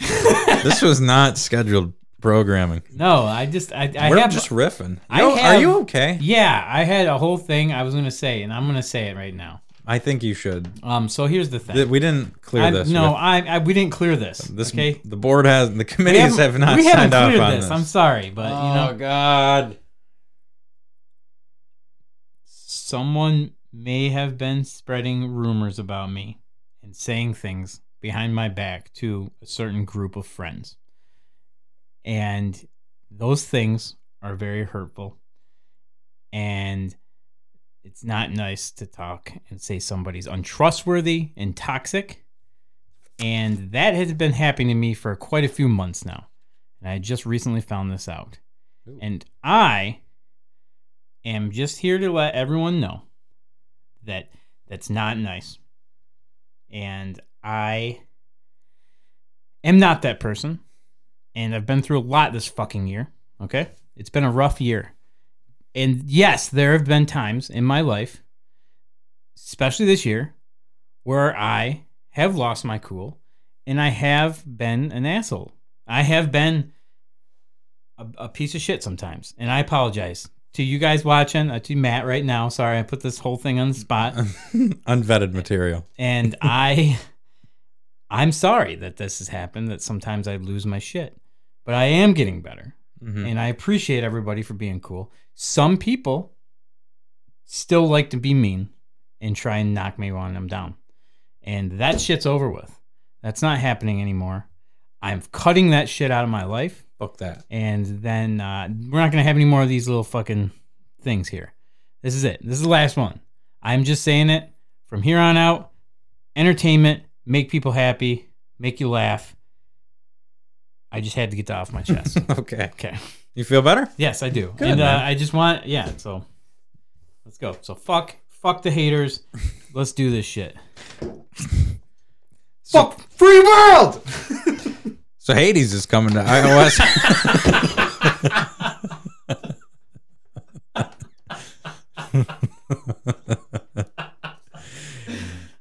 Speaker 1: (laughs)
Speaker 2: this was not scheduled programming.
Speaker 1: No, I just I, I
Speaker 2: We're
Speaker 1: have
Speaker 2: just riffing.
Speaker 1: I
Speaker 2: Yo,
Speaker 1: have-
Speaker 2: are you okay?
Speaker 1: yeah I had a whole thing I was gonna say, and I'm gonna say it right now.
Speaker 2: I think you should.
Speaker 1: Um, so here's the thing.
Speaker 2: Th- We didn't clear
Speaker 1: I,
Speaker 2: this.
Speaker 1: no,
Speaker 2: with-
Speaker 1: I, I we didn't clear this.
Speaker 2: this
Speaker 1: okay.
Speaker 2: the board has the
Speaker 1: We
Speaker 2: committees
Speaker 1: haven't-
Speaker 2: have not
Speaker 1: we haven't
Speaker 2: signed off
Speaker 1: cleared
Speaker 2: on
Speaker 1: this.
Speaker 2: this.
Speaker 1: I'm sorry, but you know,
Speaker 2: God.
Speaker 1: someone may have been spreading rumors about me and saying things behind my back to a certain group of friends. And those things are very hurtful. And it's not nice to talk and say somebody's untrustworthy and toxic. And that has been happening to me for quite a few months now. And I just recently found this out. And I am just here to let everyone know that that's not nice. And I am not that person. And I've been through a lot this fucking year. Okay? It's been a rough year. And yes, there have been times in my life, especially this year, where I have lost my cool and I have been an asshole. I have been a, a piece of shit sometimes, and I apologize to you guys watching, uh, to Matt right now. Sorry, I put this whole thing on the spot,
Speaker 2: (laughs) Unvetted material.
Speaker 1: and I, I'm sorry that this has happened. That sometimes I lose my shit, but I am getting better,
Speaker 2: Mhm.
Speaker 1: and I appreciate everybody for being cool. Some people still like to be mean and try and knock me when I'm down, and that shit's over with. That's not happening anymore. I'm cutting that shit out of my life
Speaker 2: Fuck that.
Speaker 1: and then uh, we're not gonna have any more of these little fucking things here. This is it. This is the last one. I'm just saying it. From here on out, entertainment, make people happy, make you laugh. I just had to get that off my (laughs) chest.
Speaker 2: (laughs) Okay.
Speaker 1: okay.
Speaker 2: You feel better?
Speaker 1: Yes, I do.
Speaker 2: Good,
Speaker 1: and uh,
Speaker 2: man.
Speaker 1: I just want, yeah. So let's go. So fuck, fuck the haters. Let's do this shit. (laughs) fuck free world.
Speaker 2: So Hades is coming to iOS.
Speaker 1: Ah!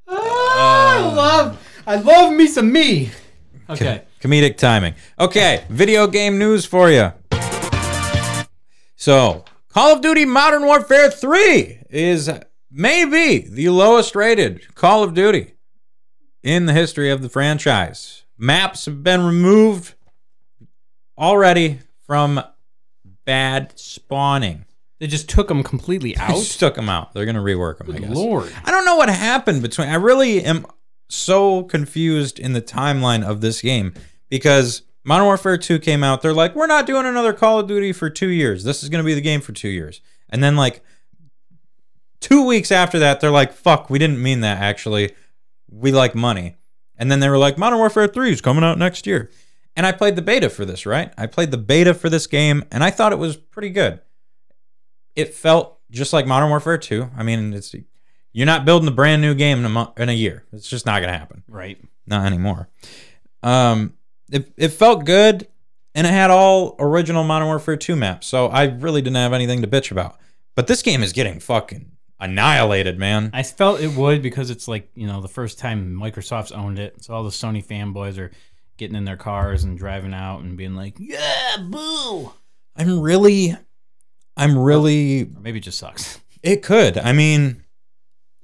Speaker 1: I love, I love me some me. (laughs) Okay.
Speaker 2: (laughs) Comedic timing. Okay, video game news for you. So, Call of Duty Modern Warfare 3 is maybe the lowest rated Call of Duty in the history of the franchise. Maps have been removed already from bad spawning. (laughs)
Speaker 1: They just took them (laughs) completely
Speaker 2: I
Speaker 1: out.
Speaker 2: just took them out. They're going to rework them, I guess.
Speaker 1: Lord.
Speaker 2: I don't know what happened between. I really am so confused in the timeline of this game because Modern Warfare 2 came out. They're like, we're not doing another Call of Duty for two years. This is going to be the game for two years. And then, like, two weeks after that, they're like, fuck, we didn't mean that actually. We like money. And then they were like, Modern Warfare 3 is coming out next year. And I played the beta for this, right? I played the beta for this game and I thought it was pretty good. It felt just like Modern Warfare 2. I mean, it's you're not building a brand new game in a month, in a year. It's just not gonna happen.
Speaker 1: Right.
Speaker 2: Not anymore. Um, it, it felt good, and it had all original Modern Warfare 2 maps, so I really didn't have anything to bitch about. But this game is getting fucking annihilated, man.
Speaker 1: I felt it would because it's like, you know, the first time Microsoft's owned it. So all the Sony fanboys are getting in their cars and driving out and being like, yeah, boo.
Speaker 2: I'm really, I'm really
Speaker 1: Or maybe it just sucks.
Speaker 2: It could. I mean,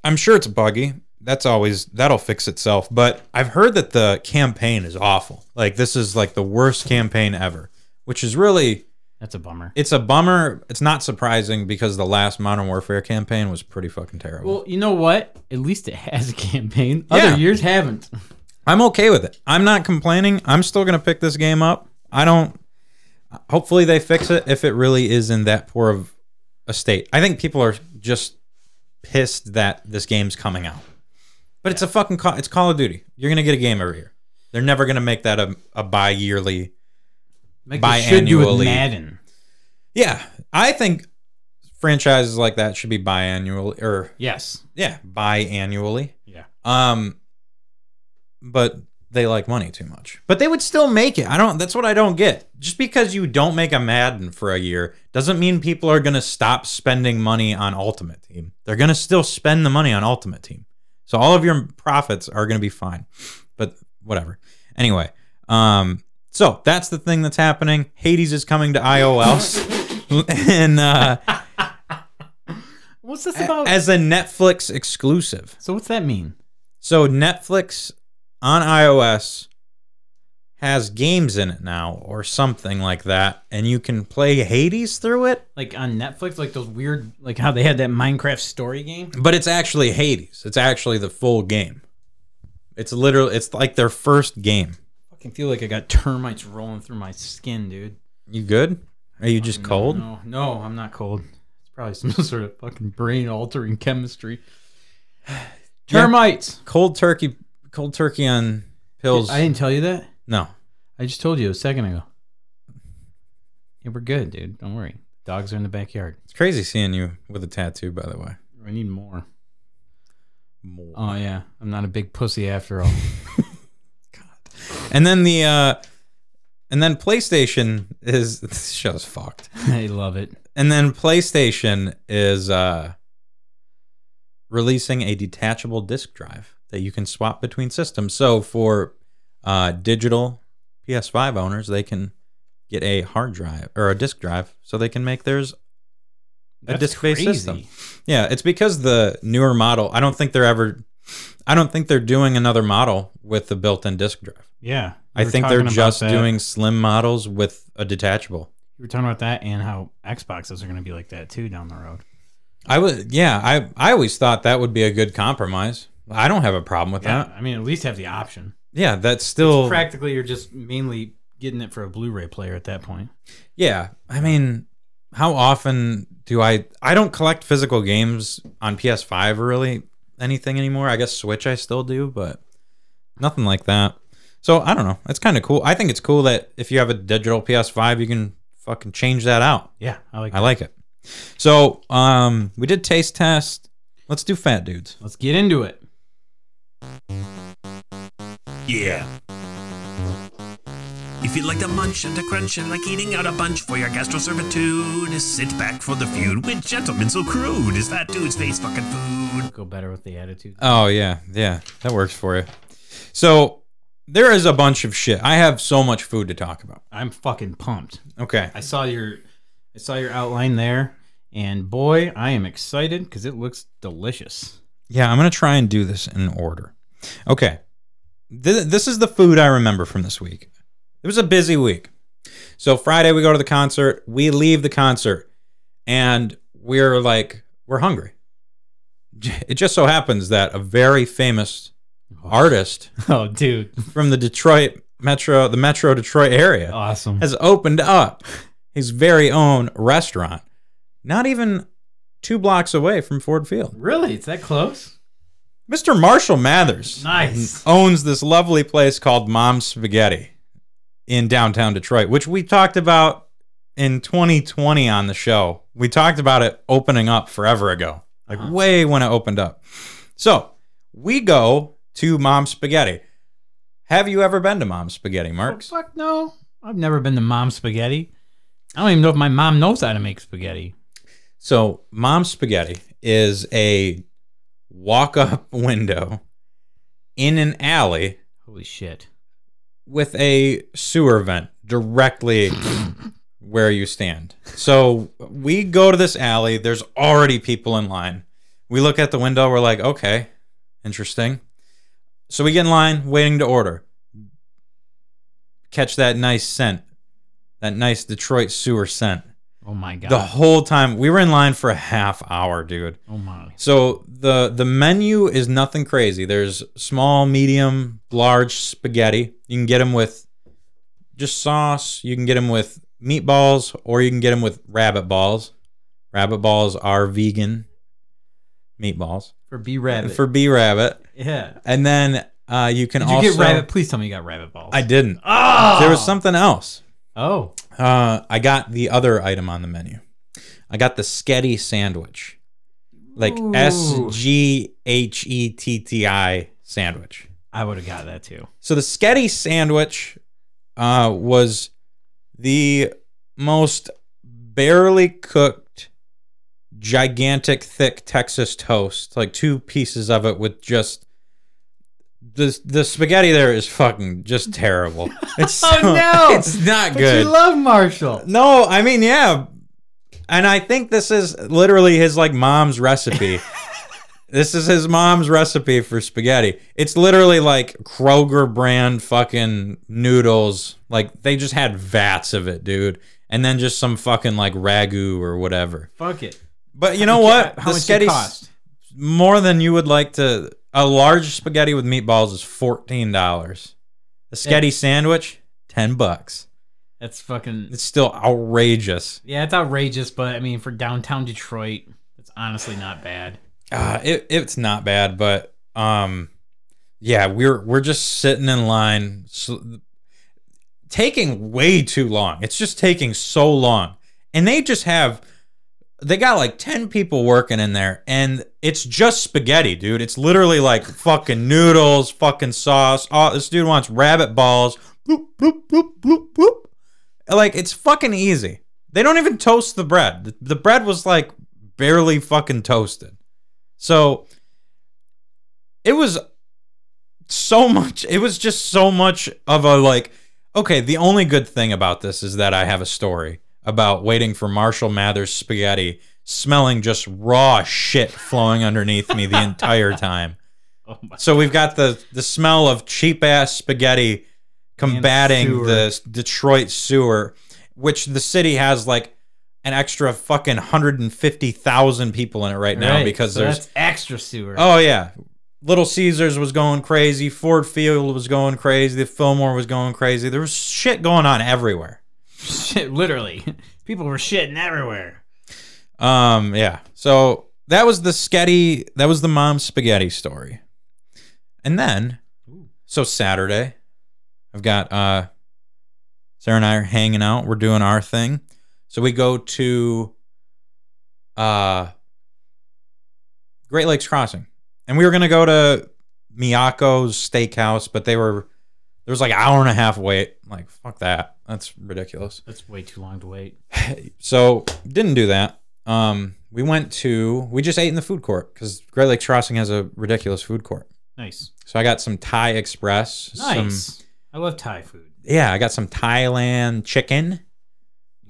Speaker 2: I'm sure it's buggy. That's always that'll fix itself. But I've heard that the campaign is awful. Like this is like the worst campaign ever, which is really
Speaker 1: That's a bummer.
Speaker 2: it's a bummer. It's not surprising because the last Modern Warfare campaign was pretty fucking terrible.
Speaker 1: Well, you know what? At least it has a campaign. Other
Speaker 2: Yeah.
Speaker 1: years haven't.
Speaker 2: I'm okay with it. I'm not complaining. I'm still gonna pick this game up. I don't. Hopefully they fix it if it really is in that poor of a state. I think people are just pissed that this game's coming out, but it's a fucking call. It's Call of Duty. You're gonna get a game every year. They're never gonna make that a, a bi-yearly.
Speaker 1: Like they should do with
Speaker 2: Biannually.
Speaker 1: Madden.
Speaker 2: Yeah, I think franchises like that should be biannual or
Speaker 1: Yes.
Speaker 2: yeah, biannually.
Speaker 1: Yeah.
Speaker 2: Um, but they like money too much. But they would still make it. I don't. That's what I don't get. Just because you don't make a Madden for a year doesn't mean people are gonna stop spending money on Ultimate Team. They're gonna still spend the money on Ultimate Team. So all of your profits are gonna be fine. But whatever. Anyway, um, so that's the thing that's happening. Hades is coming to iOS, and uh,
Speaker 1: What's this about?
Speaker 2: as a Netflix exclusive.
Speaker 1: so what's that mean?
Speaker 2: So Netflix on iOS has games in it now or something like that and you can play Hades through it,
Speaker 1: Like on Netflix, like those weird, like how they had that Minecraft story game.
Speaker 2: but it's actually Hades. It's actually the full game. It's literally it's like their first game.
Speaker 1: I fucking feel like I got termites rolling through my skin, dude.
Speaker 2: You good? Are you just cold?
Speaker 1: Oh, No, no, I'm not cold. It's probably some (laughs) sort of fucking brain altering
Speaker 2: (sighs)
Speaker 1: chemistry. Termites.
Speaker 2: Cold turkey cold turkey on pills.
Speaker 1: I didn't tell you that.
Speaker 2: no.
Speaker 1: I just told you a second ago. Yeah, we're good, dude. Don't worry. Dogs are in the backyard.
Speaker 2: It's crazy seeing you with a tattoo by the way.
Speaker 1: I need more.
Speaker 2: More.
Speaker 1: Oh yeah, I'm not a big pussy after all. (laughs)
Speaker 2: And then the uh and then PlayStation is (laughs) this show's fucked.
Speaker 1: I love it.
Speaker 2: And then PlayStation is uh, releasing a detachable disk drive that you can swap between systems. So for uh, digital PS5 owners, they can get a hard drive or a disk drive so they can make theirs a
Speaker 1: That's
Speaker 2: disk-based
Speaker 1: crazy.
Speaker 2: system. Yeah, it's because the newer model, I don't think they're ever I don't think they're doing another model with the built-in disk drive.
Speaker 1: Yeah,
Speaker 2: I
Speaker 1: we were
Speaker 2: think
Speaker 1: talking
Speaker 2: they're
Speaker 1: about
Speaker 2: just
Speaker 1: that.
Speaker 2: doing slim models with a detachable.
Speaker 1: We were talking about that and how Xboxes are going to be like that too down the road.
Speaker 2: I would, yeah. I I always thought that would be a good compromise. I don't have a problem with that.
Speaker 1: I mean, at least have the option.
Speaker 2: Yeah, that's still
Speaker 1: Practically, you're just mainly getting it for a Blu-ray player at that point.
Speaker 2: yeah. I mean, how often do I? I don't collect physical games on PS5 or really anything anymore. I guess Switch I still do, but nothing like that. So I don't know. It's kind of cool. I think it's cool that if you have a digital PS5, you can fucking change that out.
Speaker 1: Yeah, I like.
Speaker 2: I like it. So um, we did taste test. Let's do fat dudes.
Speaker 1: Let's get into it.
Speaker 6: Yeah. If you'd like to munch and to crunch and like eating out a bunch for your gastro servitude, sit back for the feud with gentlemen so crude as that dude's face fucking food.
Speaker 1: Go better with the attitude.
Speaker 2: Oh yeah, yeah, that works for you. So there is a bunch of shit. I have so much food to talk about.
Speaker 1: I'm fucking pumped.
Speaker 2: Okay.
Speaker 1: I saw your, I saw your outline there, and boy, I am excited because it looks delicious.
Speaker 2: Yeah, I'm gonna try and do this in order. Okay. Th- this is the food I remember from this week. It was a busy week. So Friday we go to the concert. We leave the concert, and we're like we're hungry. (laughs) J- It just so happens that a very famous artist
Speaker 1: (laughs) Oh, dude,
Speaker 2: from the Detroit metro, the Metro Detroit area,
Speaker 1: awesome.
Speaker 2: has opened up his very own restaurant, not even two blocks away from Ford Field.
Speaker 1: Really, it's that close?
Speaker 2: Mr. Marshall Mathers
Speaker 1: Nice.
Speaker 2: owns this lovely place called Mom's Spaghetti in downtown Detroit, which we talked about in 2020 on the show. We talked about it opening up forever ago, like way when it opened up. So we go to Mom's Spaghetti. Have you ever been to Mom's Spaghetti,
Speaker 1: Oh,
Speaker 2: Marks?
Speaker 1: fuck no. I've never been to Mom's Spaghetti. I don't even know if my mom knows how to make spaghetti.
Speaker 2: So, Mom Spaghetti is a walk up (laughs) window in an alley
Speaker 1: Holy shit.
Speaker 2: with a sewer vent directly where you stand. So, we go to this alley. There's already people in line. We look at the window. We're like, okay, interesting. So, we get in line, waiting to order. Catch that nice scent, that nice Detroit sewer scent.
Speaker 1: Oh my god.
Speaker 2: The whole time we were in line for a half hour, dude.
Speaker 1: oh my.
Speaker 2: So the the menu is nothing crazy. There's small, medium, large spaghetti. You can get them with just sauce. You can get them with meatballs, or you can get them with rabbit balls. Rabbit balls are vegan meatballs
Speaker 1: For B rabbit.
Speaker 2: for B rabbit,
Speaker 1: yeah.
Speaker 2: and then uh, you can
Speaker 1: Did you
Speaker 2: also
Speaker 1: get rabbit? Please tell me you got rabbit balls.
Speaker 2: I didn't.
Speaker 1: Oh.
Speaker 2: There was something else.
Speaker 1: Oh.
Speaker 2: Uh, I got the other item on the menu. I got the Sketty sandwich, like S G H E T T I sandwich.
Speaker 1: I would have got that too.
Speaker 2: So the Sketty sandwich uh, was the most barely cooked, gigantic, thick Texas toast. Like two pieces of it with just the the spaghetti. There is fucking just
Speaker 1: (laughs)
Speaker 2: terrible. It's
Speaker 1: Oh,
Speaker 2: so-
Speaker 1: no!
Speaker 2: it's not good.
Speaker 1: love Marshall.
Speaker 2: no, I mean yeah, and I think this is literally his like mom's
Speaker 1: (laughs)
Speaker 2: recipe. This is his mom's recipe for spaghetti. It's literally like Kroger brand fucking noodles. Like they just had vats of it, dude. And then just some fucking like ragu or whatever.
Speaker 1: Fuck it.
Speaker 2: But you know what?
Speaker 1: How
Speaker 2: the
Speaker 1: much it
Speaker 2: spaghetti's
Speaker 1: cost?
Speaker 2: more than you would like to. A large spaghetti with meatballs is fourteen dollars. A spaghetti sandwich, ten bucks.
Speaker 1: That's fucking.
Speaker 2: It's still outrageous.
Speaker 1: Yeah, it's outrageous, but I mean, for downtown Detroit, it's honestly not bad.
Speaker 2: Uh, it, it's not bad, but um, yeah, we're we're just sitting in line, so, taking way too long. It's just taking so long, and they just have they got like ten people working in there, and it's just spaghetti, dude. It's literally like fucking noodles, fucking sauce. Oh, this dude wants rabbit balls. Bloop bloop bloop bloop bloop. Like it's fucking easy. They don't even toast the bread. The, the bread was like barely fucking toasted. So it was so much. It was just so much of a like, okay, the only good thing about this is that I have a story about waiting for Marshall Mathers spaghetti smelling just raw shit flowing underneath me the
Speaker 1: (laughs)
Speaker 2: entire time.
Speaker 1: Oh my.
Speaker 2: So we've got the the smell of cheap ass spaghetti combating
Speaker 1: sewer.
Speaker 2: the s- Detroit sewer, which the city has like an extra fucking 150,000 people in it right now
Speaker 1: Right,
Speaker 2: because
Speaker 1: so
Speaker 2: there's
Speaker 1: that's extra sewer.
Speaker 2: Oh yeah. Little Caesars was going crazy, Ford Field was going crazy, the Fillmore was going crazy. There was shit going on everywhere.
Speaker 1: (laughs) Shit, literally, (laughs) people were shitting everywhere.
Speaker 2: Um yeah. So that was the sketty that was the mom spaghetti story. And then so Saturday I've got uh Sarah and I are hanging out, we're doing our thing. So we go to uh Great Lakes Crossing. And we were gonna go to Miyako's steakhouse, but they were there was like an hour and a half wait. I'm like, fuck that. That's ridiculous.
Speaker 1: That's way too long to wait.
Speaker 2: So didn't do that. Um, we went to we just ate in the food court because Great Lakes Crossing has a ridiculous food court.
Speaker 1: Nice,
Speaker 2: So I got some Thai Express.
Speaker 1: nice.
Speaker 2: Some,
Speaker 1: I love Thai food.
Speaker 2: yeah, I got some Thailand chicken.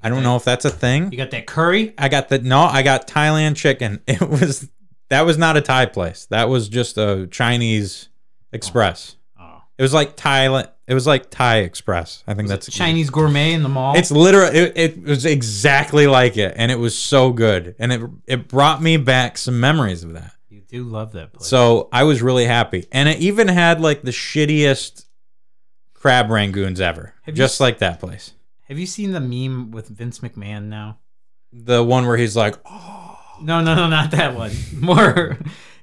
Speaker 2: I don't know if that's a
Speaker 1: You
Speaker 2: thing.
Speaker 1: got that curry?
Speaker 2: I got the no. I got Thailand chicken. (laughs) It was that was not a Thai place. That was just a Chinese Express.
Speaker 1: Oh,
Speaker 2: It was like Thailand. It was like Thai Express. I think
Speaker 1: was it
Speaker 2: that's
Speaker 1: Chinese gourmet in the mall.
Speaker 2: It's literally it, it was exactly like it, and it was so good, and it it brought me back some memories of that.
Speaker 1: you do love that place.
Speaker 2: So I was really happy, and it even had like the shittiest crab rangoons ever,
Speaker 1: Have you
Speaker 2: just
Speaker 1: s-
Speaker 2: like that place.
Speaker 1: Have you seen the meme with Vince McMahon now?
Speaker 2: The one where he's like, "Oh,
Speaker 1: No, no, no, not that
Speaker 2: (laughs)
Speaker 1: one. More,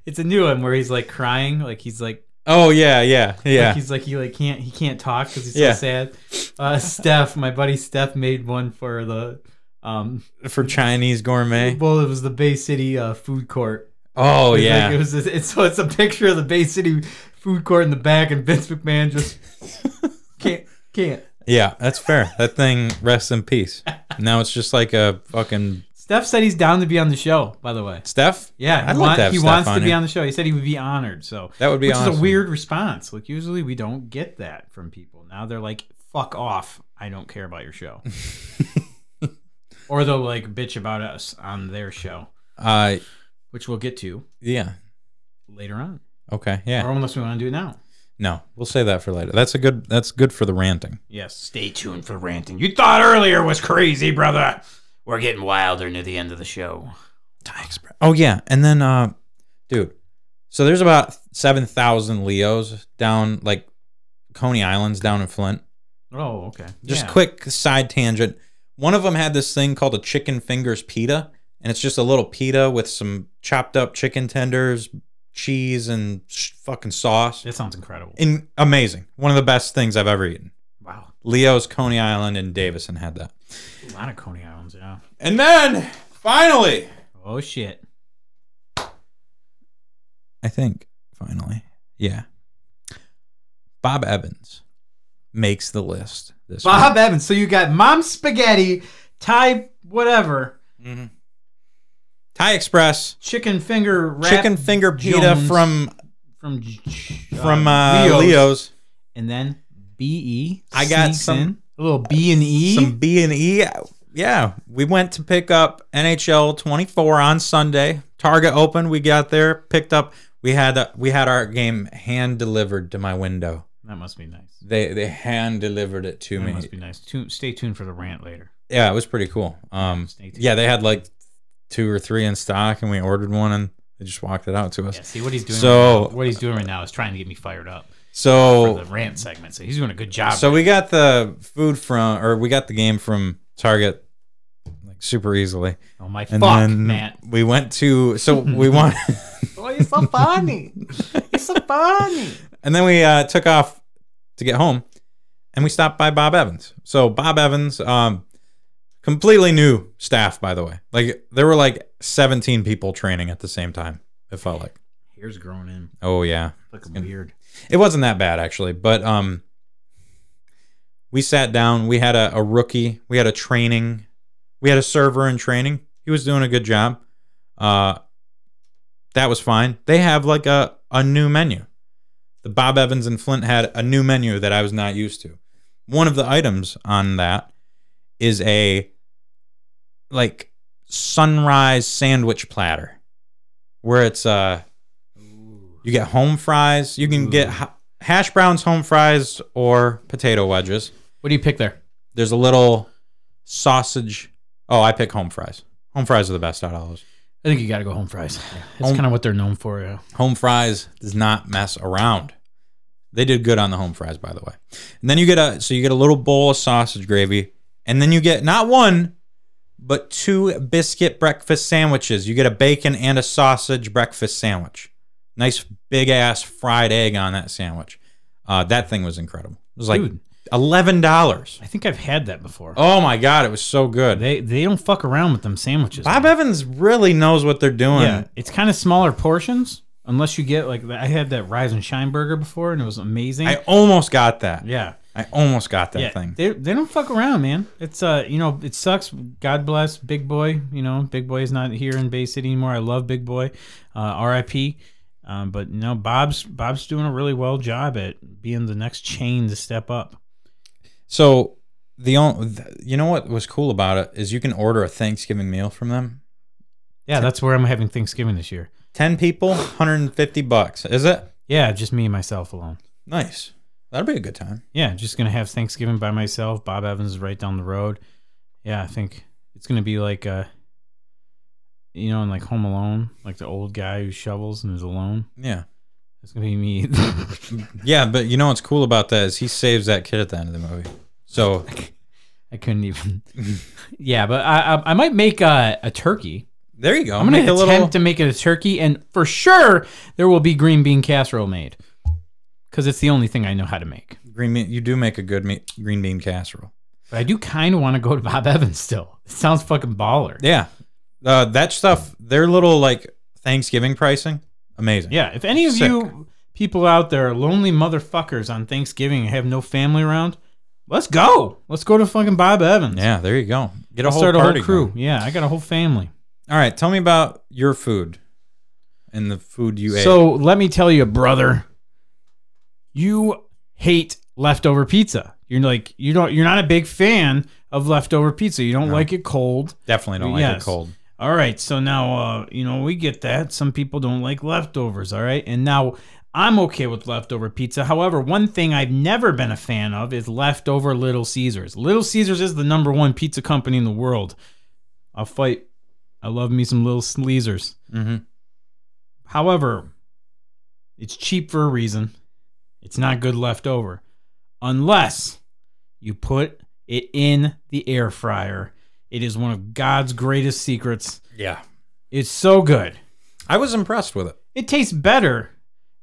Speaker 1: it's a new one where he's like crying, like he's like
Speaker 2: oh yeah, yeah, yeah."
Speaker 1: Like, he's like he like can't he can't talk because he's
Speaker 2: Yeah.
Speaker 1: so sad. Uh, Steph, my buddy Steph, made one for the um.
Speaker 2: For Chinese gourmet.
Speaker 1: Well, it was the Bay City uh, food court.
Speaker 2: Oh
Speaker 1: It's
Speaker 2: yeah.
Speaker 1: like, it was. This, it's so it's a picture of the Bay City food court in the back, and Vince McMahon
Speaker 2: (laughs)
Speaker 1: just can't can't.
Speaker 2: yeah, that's fair. That thing rests in
Speaker 1: (laughs)
Speaker 2: peace. Now it's just like a fucking
Speaker 1: Steph said he's down to be on the show. By the way,
Speaker 2: Steph.
Speaker 1: yeah, he,
Speaker 2: I'd like
Speaker 1: want-
Speaker 2: to have
Speaker 1: he
Speaker 2: Steph
Speaker 1: wants
Speaker 2: on
Speaker 1: to be
Speaker 2: here.
Speaker 1: on the show. He said he would be honored. So
Speaker 2: That would be
Speaker 1: which is
Speaker 2: awesome.
Speaker 1: a weird response. Like usually we don't get that from people. Now they're like, "Fuck off! I don't care about your (laughs) show," or they'll like bitch about us on their show,
Speaker 2: Uh,
Speaker 1: which we'll get to
Speaker 2: yeah.
Speaker 1: later on,
Speaker 2: Okay. Yeah.
Speaker 1: or unless we want to do it now.
Speaker 2: No, we'll say that for later. That's a good. That's good for the ranting.
Speaker 1: Yes, stay tuned for ranting. You thought earlier was crazy, brother.
Speaker 6: We're getting wilder near the end of the show.
Speaker 2: Oh yeah, and then, uh, dude. So there's about seven thousand Leos down like Coney Islands down in Flint.
Speaker 1: Oh, okay.
Speaker 2: Just
Speaker 1: Yeah.
Speaker 2: quick side tangent. One of them had this thing called a chicken fingers pita, and it's just a little pita with some chopped up chicken tenders, cheese, and sh- fucking sauce.
Speaker 1: That sounds incredible.
Speaker 2: And amazing. One of the best things I've ever eaten.
Speaker 1: wow,
Speaker 2: Leo's Coney Island and Davison had that.
Speaker 1: a lot of Coney Islands. Yeah.
Speaker 2: And then Finally.
Speaker 1: Oh shit.
Speaker 2: I think finally. Yeah. Bob Evans makes the list this
Speaker 1: Bob Evans. So you got Mom Spaghetti, Thai whatever,
Speaker 2: week. Mhm. Thai Express
Speaker 1: chicken finger wrap
Speaker 2: chicken finger pita
Speaker 1: Jones
Speaker 2: from
Speaker 1: from J-
Speaker 2: from uh, Leo's.
Speaker 1: and then B E.
Speaker 2: I got
Speaker 1: sneaks
Speaker 2: some-
Speaker 1: in. a little B and E.
Speaker 2: Some B and E. Yeah, we went to pick up NHL 24 on Sunday. Target opened. We got there, picked up. We had uh, we had our game hand delivered to my window.
Speaker 1: that must be nice.
Speaker 2: They they hand delivered it to
Speaker 1: That
Speaker 2: me.
Speaker 1: must be nice. Tune, stay tuned for the rant later.
Speaker 2: Yeah, it was pretty cool. Um,
Speaker 1: Stay tuned.
Speaker 2: yeah, they had like two or three in stock, and we ordered one, and they just walked it out to us.
Speaker 1: Yeah, see what he's doing.
Speaker 2: So-
Speaker 1: right now, what he's doing right now is trying to get me fired up for
Speaker 2: So
Speaker 1: the rant segment. So he's doing a good job.
Speaker 2: so we got the food from, or we got the game from Target like super easily,
Speaker 1: oh my
Speaker 2: and
Speaker 1: fuck,
Speaker 2: then
Speaker 1: Matt.
Speaker 2: we went
Speaker 1: (laughs)
Speaker 2: to. So we want, (laughs)
Speaker 4: Oh, you're so funny. you're so funny.
Speaker 2: and then we uh, took off to get home, and we stopped by Bob Evans. So Bob Evans, um, completely new staff, by the way. Like there were like 17 people training at the same time. It felt like.
Speaker 1: Hair's growing in.
Speaker 2: Oh yeah.
Speaker 1: Fucking weird.
Speaker 2: It wasn't that bad actually, but um, we sat down. We had a, a rookie. We had a training. We had a server in training. He was doing a good job. Uh, that was fine. They have like a a new menu. The Bob Evans and Flint had a new menu that I was not used to. One of the items on that is a like sunrise sandwich platter, where it's uh you get home fries. You can get ha- hash browns, home fries, or potato wedges.
Speaker 1: What do you pick there?
Speaker 2: There's a little sausage. Oh, I pick home fries. Home fries are the best out of all those.
Speaker 1: I think you got to go home fries. That's
Speaker 2: Home-
Speaker 1: kind of what they're known for. Yeah.
Speaker 2: Home fries does not mess around. They did good on the home fries, by the way. And then you get a so you get a little bowl of sausage gravy, and then you get not one, but two biscuit breakfast sandwiches. You get a bacon and a sausage breakfast sandwich. Nice big ass fried egg on that sandwich. Uh, that thing was incredible. It was like
Speaker 1: Dude.
Speaker 2: eleven dollars.
Speaker 1: I think I've had that before.
Speaker 2: Oh my god, it was so good.
Speaker 1: They they don't fuck around with them sandwiches.
Speaker 2: Bob
Speaker 1: man.
Speaker 2: Evans really knows what they're doing.
Speaker 1: Yeah, it's kind of smaller portions. Unless you get like I had that rise and shine burger before, and it was amazing.
Speaker 2: I almost got that.
Speaker 1: yeah,
Speaker 2: I almost got that
Speaker 1: yeah.
Speaker 2: thing.
Speaker 1: They they don't fuck around, man. It's uh you know it sucks. God bless Big Boy. You know Big Boy is not here in Bay City anymore. I love Big Boy. Uh, R.I.P. Um, but no, Bob's Bob's doing a really well job at being the next chain to step up.
Speaker 2: So the only, you know what was cool about it is you can order a Thanksgiving meal from them.
Speaker 1: Yeah, that's where I'm having Thanksgiving this year.
Speaker 2: Ten people, 150 bucks. Is it
Speaker 1: Yeah, just me and myself alone.
Speaker 2: nice? That'll be a good time.
Speaker 1: Yeah, just gonna have Thanksgiving by myself. Bob Evans is right down the road. Yeah, I think it's gonna be like uh you know, in like Home Alone, like the old guy who shovels and is alone.
Speaker 2: Yeah,
Speaker 1: It's gonna be me. (laughs)
Speaker 2: yeah. But you know what's cool about that is he saves that kid at the end of the movie. So
Speaker 1: I couldn't
Speaker 2: (laughs)
Speaker 1: even. yeah, but I, I I might make a, a turkey.
Speaker 2: there you go.
Speaker 1: I'm gonna
Speaker 2: Make a
Speaker 1: attempt
Speaker 2: little-
Speaker 1: to make it a turkey, and for sure there will be green bean casserole made, because it's the only thing I know how to make.
Speaker 2: green bean. You do make a good meat, green bean casserole.
Speaker 1: But I do kind of want to go to Bob Evans still. It sounds fucking baller.
Speaker 2: Yeah, uh, that stuff. Their little like Thanksgiving pricing, amazing.
Speaker 1: Yeah, if any of you people out there are lonely motherfuckers on Thanksgiving and have no family around, let's go. Let's go to fucking Bob Evans.
Speaker 2: yeah. There you go. Get a
Speaker 1: I'll
Speaker 2: whole
Speaker 1: start a
Speaker 2: party
Speaker 1: whole crew.
Speaker 2: going.
Speaker 1: Yeah, I got a whole family.
Speaker 2: All right, tell me about your food and the food you ate.
Speaker 1: So let me tell you, brother, you hate leftover pizza. You're like you don't. You're not a big fan of leftover pizza. You don't like it cold.
Speaker 2: Definitely don't like
Speaker 1: Yes.
Speaker 2: it cold.
Speaker 1: All right, so now uh, you know we get that. Some people don't like leftovers, all right? And now I'm okay with leftover pizza. However, one thing I've never been a fan of is leftover Little Caesars. Little Caesars is the number one pizza company in the world. I'll fight. I love me some Little Caesars.
Speaker 2: Mm-hmm.
Speaker 1: However, it's cheap for a reason. It's not good leftover unless you put it in the air fryer. It is one of God's greatest secrets.
Speaker 2: Yeah.
Speaker 1: It's so good.
Speaker 2: I was impressed with it.
Speaker 1: It tastes better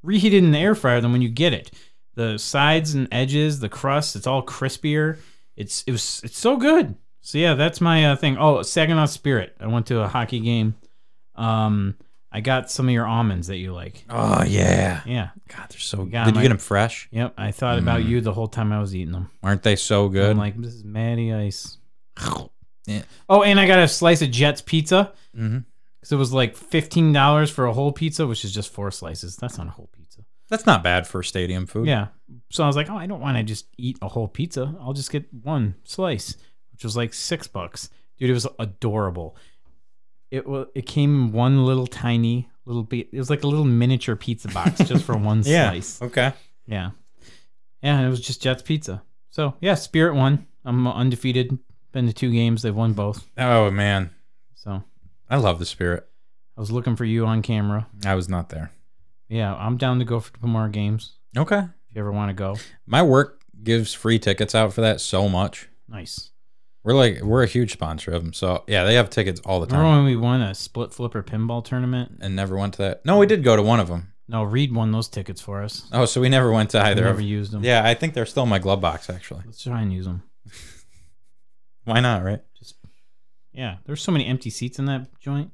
Speaker 1: reheated in the air fryer than when you get it. The sides and edges, the crust, it's all crispier. It's it was it's so good. So yeah, that's my uh, thing. Oh, Saginaw Spirit. I went to a hockey game. Um, I got some of your almonds that you like.
Speaker 2: Oh yeah.
Speaker 1: Yeah.
Speaker 2: God, they're so good.
Speaker 1: Got
Speaker 2: Did you
Speaker 1: my-
Speaker 2: get them fresh?
Speaker 1: Yep. I thought about you the whole time I was eating them.
Speaker 2: Aren't they so good?
Speaker 1: I'm like, this is Matty Ice.
Speaker 2: Yeah.
Speaker 1: Oh, and I got a slice of Jets pizza.
Speaker 2: Mhm.
Speaker 1: So it was like fifteen dollars for a whole pizza, which is just four slices. That's not a whole pizza.
Speaker 2: That's not bad for stadium food.
Speaker 1: Yeah. So I was like, oh, I don't want to just eat a whole pizza. I'll just get one slice, which was like six bucks. Dude, it was adorable. It was. It came in one little tiny little bit. It was like a little miniature pizza
Speaker 2: (laughs)
Speaker 1: box just for one
Speaker 2: Yeah.
Speaker 1: slice.
Speaker 2: Okay.
Speaker 1: Yeah. Yeah, and it was just Jets pizza. So yeah, Spirit won. I'm undefeated. Been to two games. They've won both.
Speaker 2: Oh man,
Speaker 1: So
Speaker 2: I love the spirit.
Speaker 1: I was looking for you on camera.
Speaker 2: I was not there.
Speaker 1: Yeah, I'm down to go for more games
Speaker 2: Okay.
Speaker 1: if you ever want to
Speaker 2: (laughs)
Speaker 1: go.
Speaker 2: My work gives free tickets out for that so much.
Speaker 1: Nice.
Speaker 2: We're like we're a huge sponsor of them. So yeah, they have tickets all the time.
Speaker 1: Remember when we won a split flipper pinball tournament?
Speaker 2: And never went to that. No, we did go to one of them.
Speaker 1: No, Reed won those tickets for us.
Speaker 2: Oh, so we never went to
Speaker 1: I
Speaker 2: either of
Speaker 1: never
Speaker 2: them.
Speaker 1: used them.
Speaker 2: Yeah, I think they're still in my glove box actually.
Speaker 1: Let's try and use them.
Speaker 2: Why not, right?
Speaker 1: Yeah, there's so many empty seats in that joint.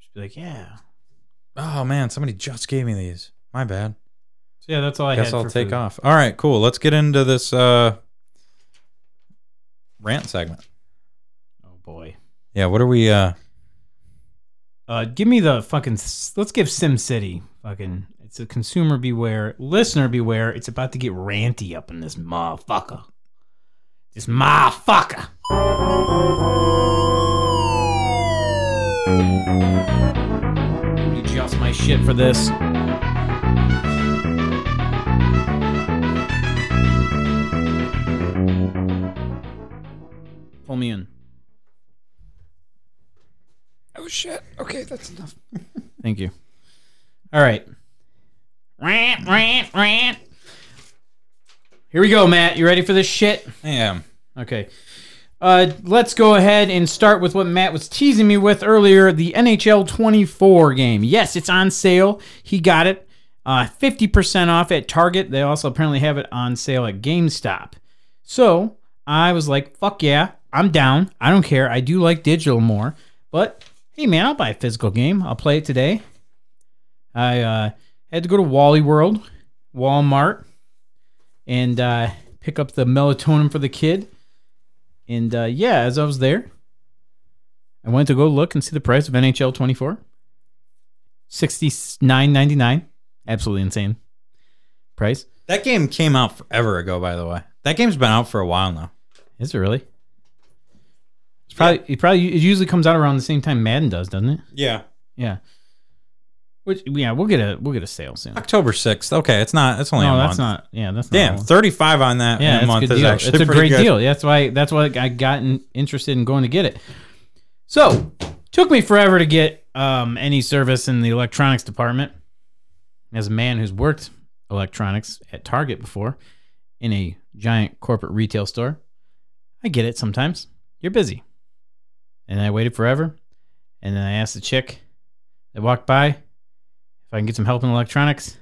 Speaker 1: Just be like, yeah.
Speaker 2: Oh man, somebody just gave me these. My bad.
Speaker 1: So yeah, that's all I
Speaker 2: Guess
Speaker 1: had
Speaker 2: I'll
Speaker 1: for
Speaker 2: take
Speaker 1: food.
Speaker 2: off. All right, cool. Let's get into this uh rant segment.
Speaker 1: Oh boy.
Speaker 2: Yeah, what are we uh
Speaker 1: Uh, give me the fucking. s- Let's give Sim City fucking. It's a consumer beware, listener beware. It's about to get ranty up in this motherfucker. This motherfucker. Adjust my shit for this. Pull me in.
Speaker 2: Oh shit. Okay, that's enough.
Speaker 1: Thank you. All right. Rant, rant, rant. Here we go, Matt. You ready for this shit?
Speaker 2: Yeah.
Speaker 1: Okay. Uh, let's go ahead and start with what Matt was teasing me with earlier the NHL 24 game. Yes, it's on sale. He got it. Uh, 50% off at Target. They also apparently have it on sale at GameStop. So I was like, fuck yeah, I'm down. I don't care. I do like digital more. But hey, man, I'll buy a physical game. I'll play it today. I uh, had to go to Wally World, Walmart, and uh, pick up the melatonin for the kid. And uh, yeah, as I was there, I went to go look and see the price of NHL 24. 69.99. Absolutely insane price.
Speaker 2: That game came out forever ago, by the way. That game's been out for a while now.
Speaker 1: Is it really? It's probably it probably it usually comes out around the same time Madden does, doesn't it?
Speaker 2: Yeah.
Speaker 1: Yeah. Which yeah, we'll get a we'll get a sale soon.
Speaker 2: October sixth. Okay, it's not. It's only a
Speaker 1: no,
Speaker 2: month.
Speaker 1: that's not. Yeah, that's not.
Speaker 2: Damn,
Speaker 1: all.
Speaker 2: thirty-five on that
Speaker 1: yeah,
Speaker 2: in a
Speaker 1: that's
Speaker 2: month
Speaker 1: a good
Speaker 2: is
Speaker 1: deal.
Speaker 2: actually
Speaker 1: It's a
Speaker 2: pretty
Speaker 1: great
Speaker 2: good.
Speaker 1: deal. That's why that's why I gotten interested in going to get it. So took me forever to get um, any service in the electronics department. As a man who's worked electronics at Target before, in a giant corporate retail store, I get it. Sometimes you're busy, and I waited forever, and then I asked the chick that walked by if I can get some help in electronics.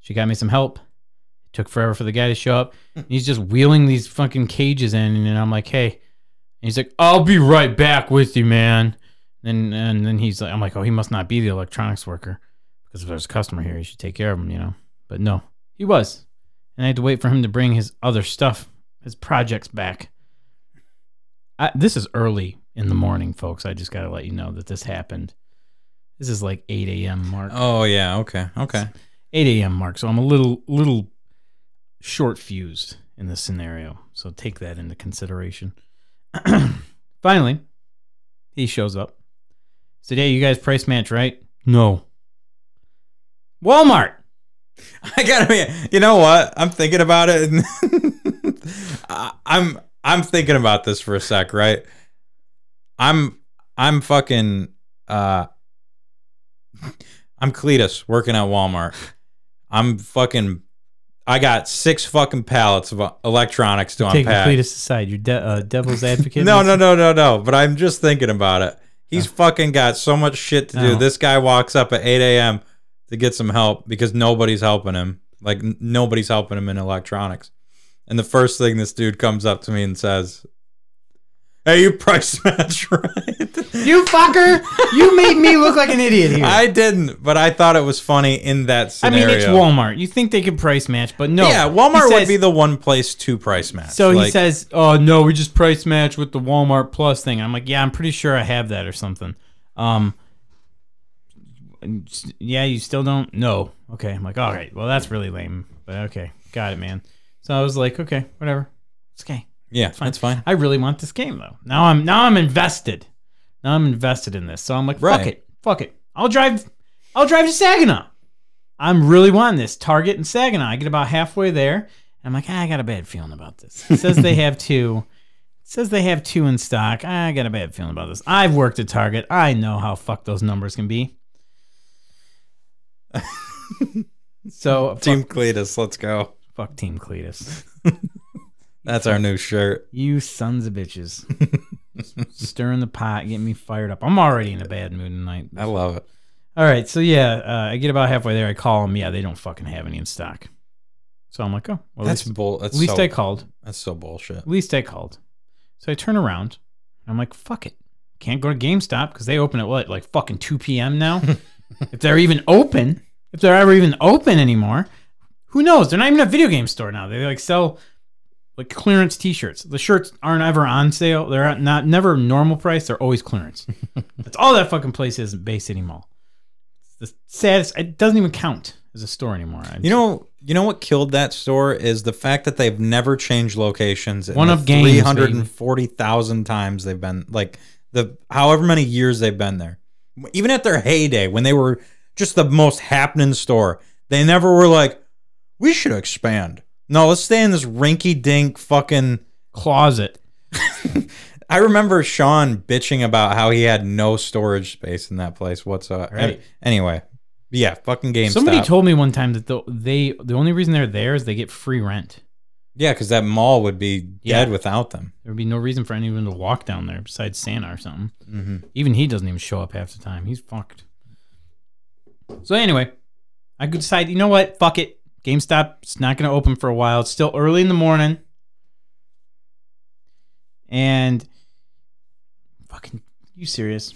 Speaker 1: She got me some help. It took forever for the guy to show up. And he's just wheeling these fucking cages in, and I'm like, hey. And he's like, I'll be right back with you, man. And and then he's like, I'm like, oh, he must not be the electronics worker because if there's a customer here, you should take care of him, you know. But no, he was, and I had to wait for him to bring his other stuff, his projects back. I, this is early in the morning, folks. I just gotta let you know that this happened. This is like 8 a.m. Mark.
Speaker 2: Oh yeah. Okay. Okay.
Speaker 1: 8 a.m. mark. So I'm a little little short fused in this scenario. So take that into consideration. (clears throat) Finally, he shows up. Said, "Hey, you guys price match, right?" No. Walmart.
Speaker 2: (laughs) I gotta be. You know what? I'm thinking about it. (laughs) And I- I'm I'm thinking about this for a sec, right? I'm I'm fucking uh I'm Cletus working at Walmart. I'm fucking. I got six fucking pallets of uh, electronics to
Speaker 1: Take the
Speaker 2: unpack.
Speaker 1: Cletus aside. You're de- uh, devil's advocate.
Speaker 2: (laughs) No, no, no, no, no. But I'm just thinking about it. He's fucking got so much shit to do.
Speaker 1: Oh.
Speaker 2: This guy walks up at 8 a.m. to get some help because nobody's helping him. Like n- nobody's helping him in electronics. And the first thing this dude comes up to me and says, Hey, you price match (laughs) right?
Speaker 1: You fucker! You made me look like an idiot here. I,
Speaker 2: (laughs) I didn't, but I thought it was funny in that scenario.
Speaker 1: mean, it's Walmart. You think they could price match, but no.
Speaker 2: Yeah, Walmart
Speaker 1: He
Speaker 2: would
Speaker 1: says-
Speaker 2: be the one place to price match.
Speaker 1: So he
Speaker 2: Like,
Speaker 1: says, "Oh no, we just price match with the Walmart Plus thing." I'm like, "Yeah, I'm pretty sure I have that or something." Um, yeah, you still don't? No. Okay, I'm like, all right, well that's really lame, but okay, got it, man. So I was like, okay, whatever, it's okay.
Speaker 2: "Yeah, that's fine."
Speaker 1: I really want this game though. Now I'm now I'm invested. Now I'm invested in this. So I'm like, fuck
Speaker 2: Right.
Speaker 1: it, fuck it. I'll drive. I'll drive to Saginaw. I'm really wanting this Target and Saginaw. I get about halfway there, and I'm like, ah, I got a bad feeling about this. It says they have two. It says they have two in stock. Ah, I got a bad feeling about this. I've worked at Target. I know how fucked those numbers can be. (laughs) so
Speaker 2: Team Cletus, let's go.
Speaker 1: fuck, fuck Team Cletus.
Speaker 2: That's our new shirt.
Speaker 1: You sons of
Speaker 2: (laughs)
Speaker 1: bitches. Stirring the pot, getting me fired up. I'm already in a bad mood tonight.
Speaker 2: I love it.
Speaker 1: All right, so yeah, uh, I get about halfway there. I call them. Yeah, they don't fucking have any in stock. So I'm like, oh, well, at
Speaker 2: That's
Speaker 1: least,
Speaker 2: bull. That's
Speaker 1: at least
Speaker 2: so,
Speaker 1: I called.
Speaker 2: That's so bullshit.
Speaker 1: At least I called. So I turn around. And I'm like, fuck it. Can't go to GameStop because they open at what, like fucking 2 p.m.
Speaker 2: (laughs)
Speaker 1: now? if they're even open, if they're ever even open anymore, who knows? They're not even a video game store now. They like sell like clearance t-shirts. The shirts aren't ever on sale. They're not never normal price. They're always
Speaker 2: (laughs)
Speaker 1: clearance. That's all that fucking place is in Bay City Mall. It's the saddest. It doesn't even count as a store anymore. I-
Speaker 2: You know, you know what killed that store is the fact that they've never changed locations. in
Speaker 1: One
Speaker 2: the
Speaker 1: of games, baby.
Speaker 2: 340,000 times they've been like the however many years they've been there. Even at their heyday when they were just the most happening store, they never were like we should expand. No, let's stay in this rinky dink fucking
Speaker 1: closet.
Speaker 2: I remember Sean bitching about how he had no storage space in that place whatsoever.
Speaker 1: Right.
Speaker 2: Anyway, yeah, fucking GameStop.
Speaker 1: Somebody told me one time that the, they the only reason they're there is they get free rent.
Speaker 2: yeah, because that mall would be
Speaker 1: Yeah.
Speaker 2: dead without them. (laughs)
Speaker 1: There would be no reason for anyone to walk down there besides Santa or something. Even he doesn't even show up half the time. He's fucked. So anyway, I could decide. You know what? Fuck it. GameStop's not going to open for a while. It's still early in the morning, and fucking. You serious?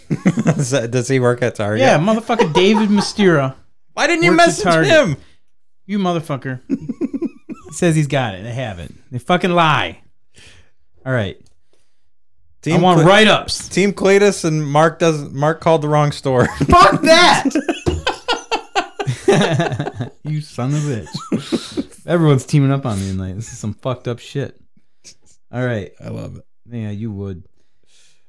Speaker 2: does, that- does he work at Target?
Speaker 1: Yeah, motherfucker, David Mastera.
Speaker 2: Why didn't you
Speaker 1: works at
Speaker 2: message
Speaker 1: Target.
Speaker 2: him?
Speaker 1: You motherfucker. (laughs) says he's got it. They haven't. They fucking lie. All right. I
Speaker 2: Team
Speaker 1: want
Speaker 2: Cle-
Speaker 1: write ups.
Speaker 2: Team Cletus and Mark does Mark called the wrong store. (laughs)
Speaker 1: Fuck that! (laughs) you son of a bitch. Everyone's teaming up on me tonight. This is some fucked up shit. All right.
Speaker 2: I love it.
Speaker 1: Yeah, you would.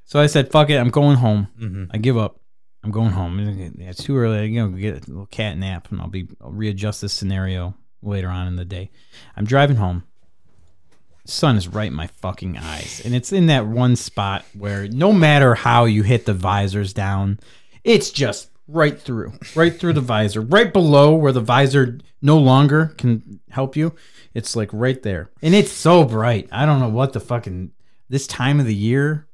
Speaker 1: So I said, fuck it. I'm going home.
Speaker 2: Mm-hmm.
Speaker 1: I give up. I'm going home. It's too early. I'm going to get a little cat nap and I'll be I'll readjust this scenario later on in the day. I'm driving home. Sun is right in my fucking eyes. And it's in that one spot where no matter how you hit the visors down, it's just right through, right through the visor, right below where the visor no longer can help you. It's like right there. And it's so bright. I don't know what the fucking this time of the year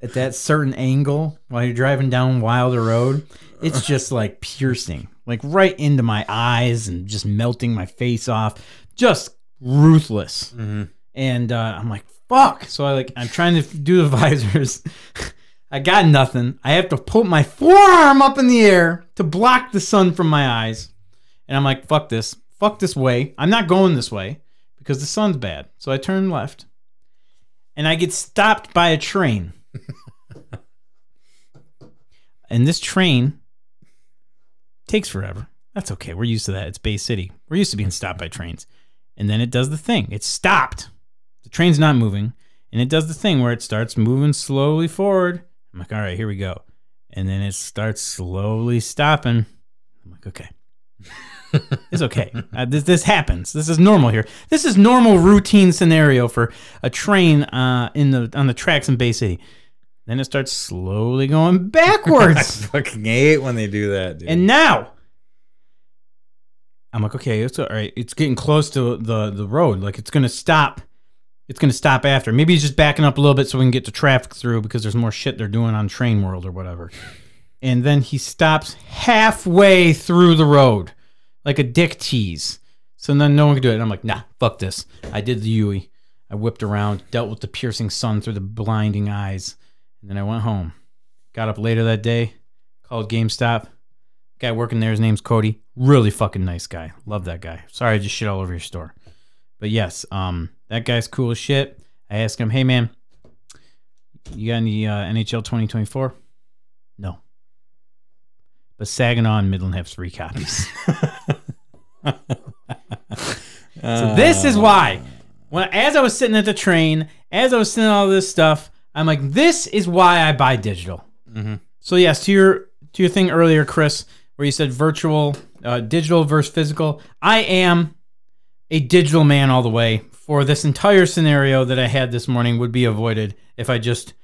Speaker 1: at that certain angle while you're driving down Wilder Road, it's just like piercing, like right into my eyes and just melting my face off. Just ruthless. And uh, I'm like, fuck. So I like, I'm trying to do the (laughs) visors. I got nothing. I have to put my forearm up in the air to block the sun from my eyes. And I'm like, fuck this. Fuck this way. I'm not going this way because the sun's bad. So I turn left and I get stopped by a train. and this train takes forever. That's okay. We're used to that. It's Bay City. We're used to being stopped by trains. And then it does the thing. It's stopped. The train's not moving. And it does the thing where it starts moving slowly forward. I'm like, all right, here we go. And then it starts slowly stopping. I'm like, okay. It's okay. Uh, this this happens. This is normal here. This is normal routine scenario for a train uh, in the on the tracks in Bay City. Then it starts slowly going
Speaker 2: (laughs)
Speaker 1: backwards.
Speaker 2: Fucking hate when they do that, dude.
Speaker 1: and now I'm like, okay, it's all right. It's getting close to the the road. Like it's gonna stop. It's gonna stop after. Maybe he's just backing up a little bit so we can get the traffic through because there's more shit they're doing on Train World or whatever. And then he stops halfway through the road, like a dick tease. So then no one can do it. And I'm like, nah, fuck this. I did the Yui. I I whipped around, dealt with the piercing sun through the blinding eyes, and then I went home. Got up later that day, called GameStop. Guy working there, his name's Cody. Really fucking nice guy. Love that guy. Sorry, I just shit all over your store. But yes, um, that guy's cool as shit. I asked him, hey man, you got any uh, NHL 2024? No. But Saginaw and Midland have three copies. (laughs) So this is why, when as I was sitting at the train, as I was sitting all this stuff, I'm like, this is why I buy digital. So yes, to your to your thing earlier, Chris, where you said virtual, uh, digital versus physical. I am a digital man all the way. For this entire scenario that I had this morning would be avoided if I just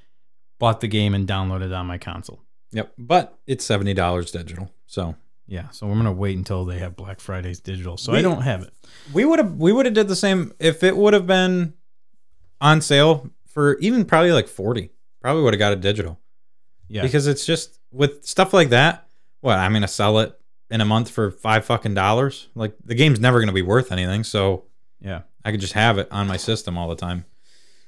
Speaker 1: bought the game and downloaded it on my console.
Speaker 2: Yep. But it's seventy dollars digital. So
Speaker 1: Yeah, so I'm gonna wait until they have Black Friday's digital, so I don't have it.
Speaker 2: we would have we would have did the same if it would have been on sale for even probably like forty. Probably would have got it digital.
Speaker 1: Yeah,
Speaker 2: Because it's just with stuff like that, what I'm gonna sell it in a month for five fucking dollars. Like the game's never gonna be worth anything, so
Speaker 1: yeah.
Speaker 2: I could just have it on my system all the time.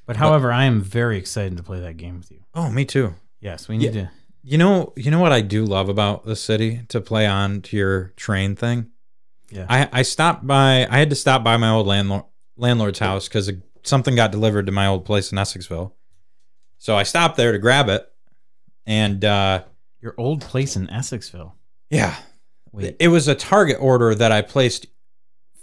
Speaker 1: But however, I am very excited to play that game with you.
Speaker 2: Oh, me too.
Speaker 1: Yes, we need to.
Speaker 2: You know, you know what I do love about the city to play on to your train thing.
Speaker 1: Yeah.
Speaker 2: I I stopped by. I had to stop by my old landlord landlord's house because something got delivered to my old place in Essexville. So I stopped there to grab it, and uh,
Speaker 1: Your old place in Essexville.
Speaker 2: yeah,
Speaker 1: Wait.
Speaker 2: it was a Target order that I placed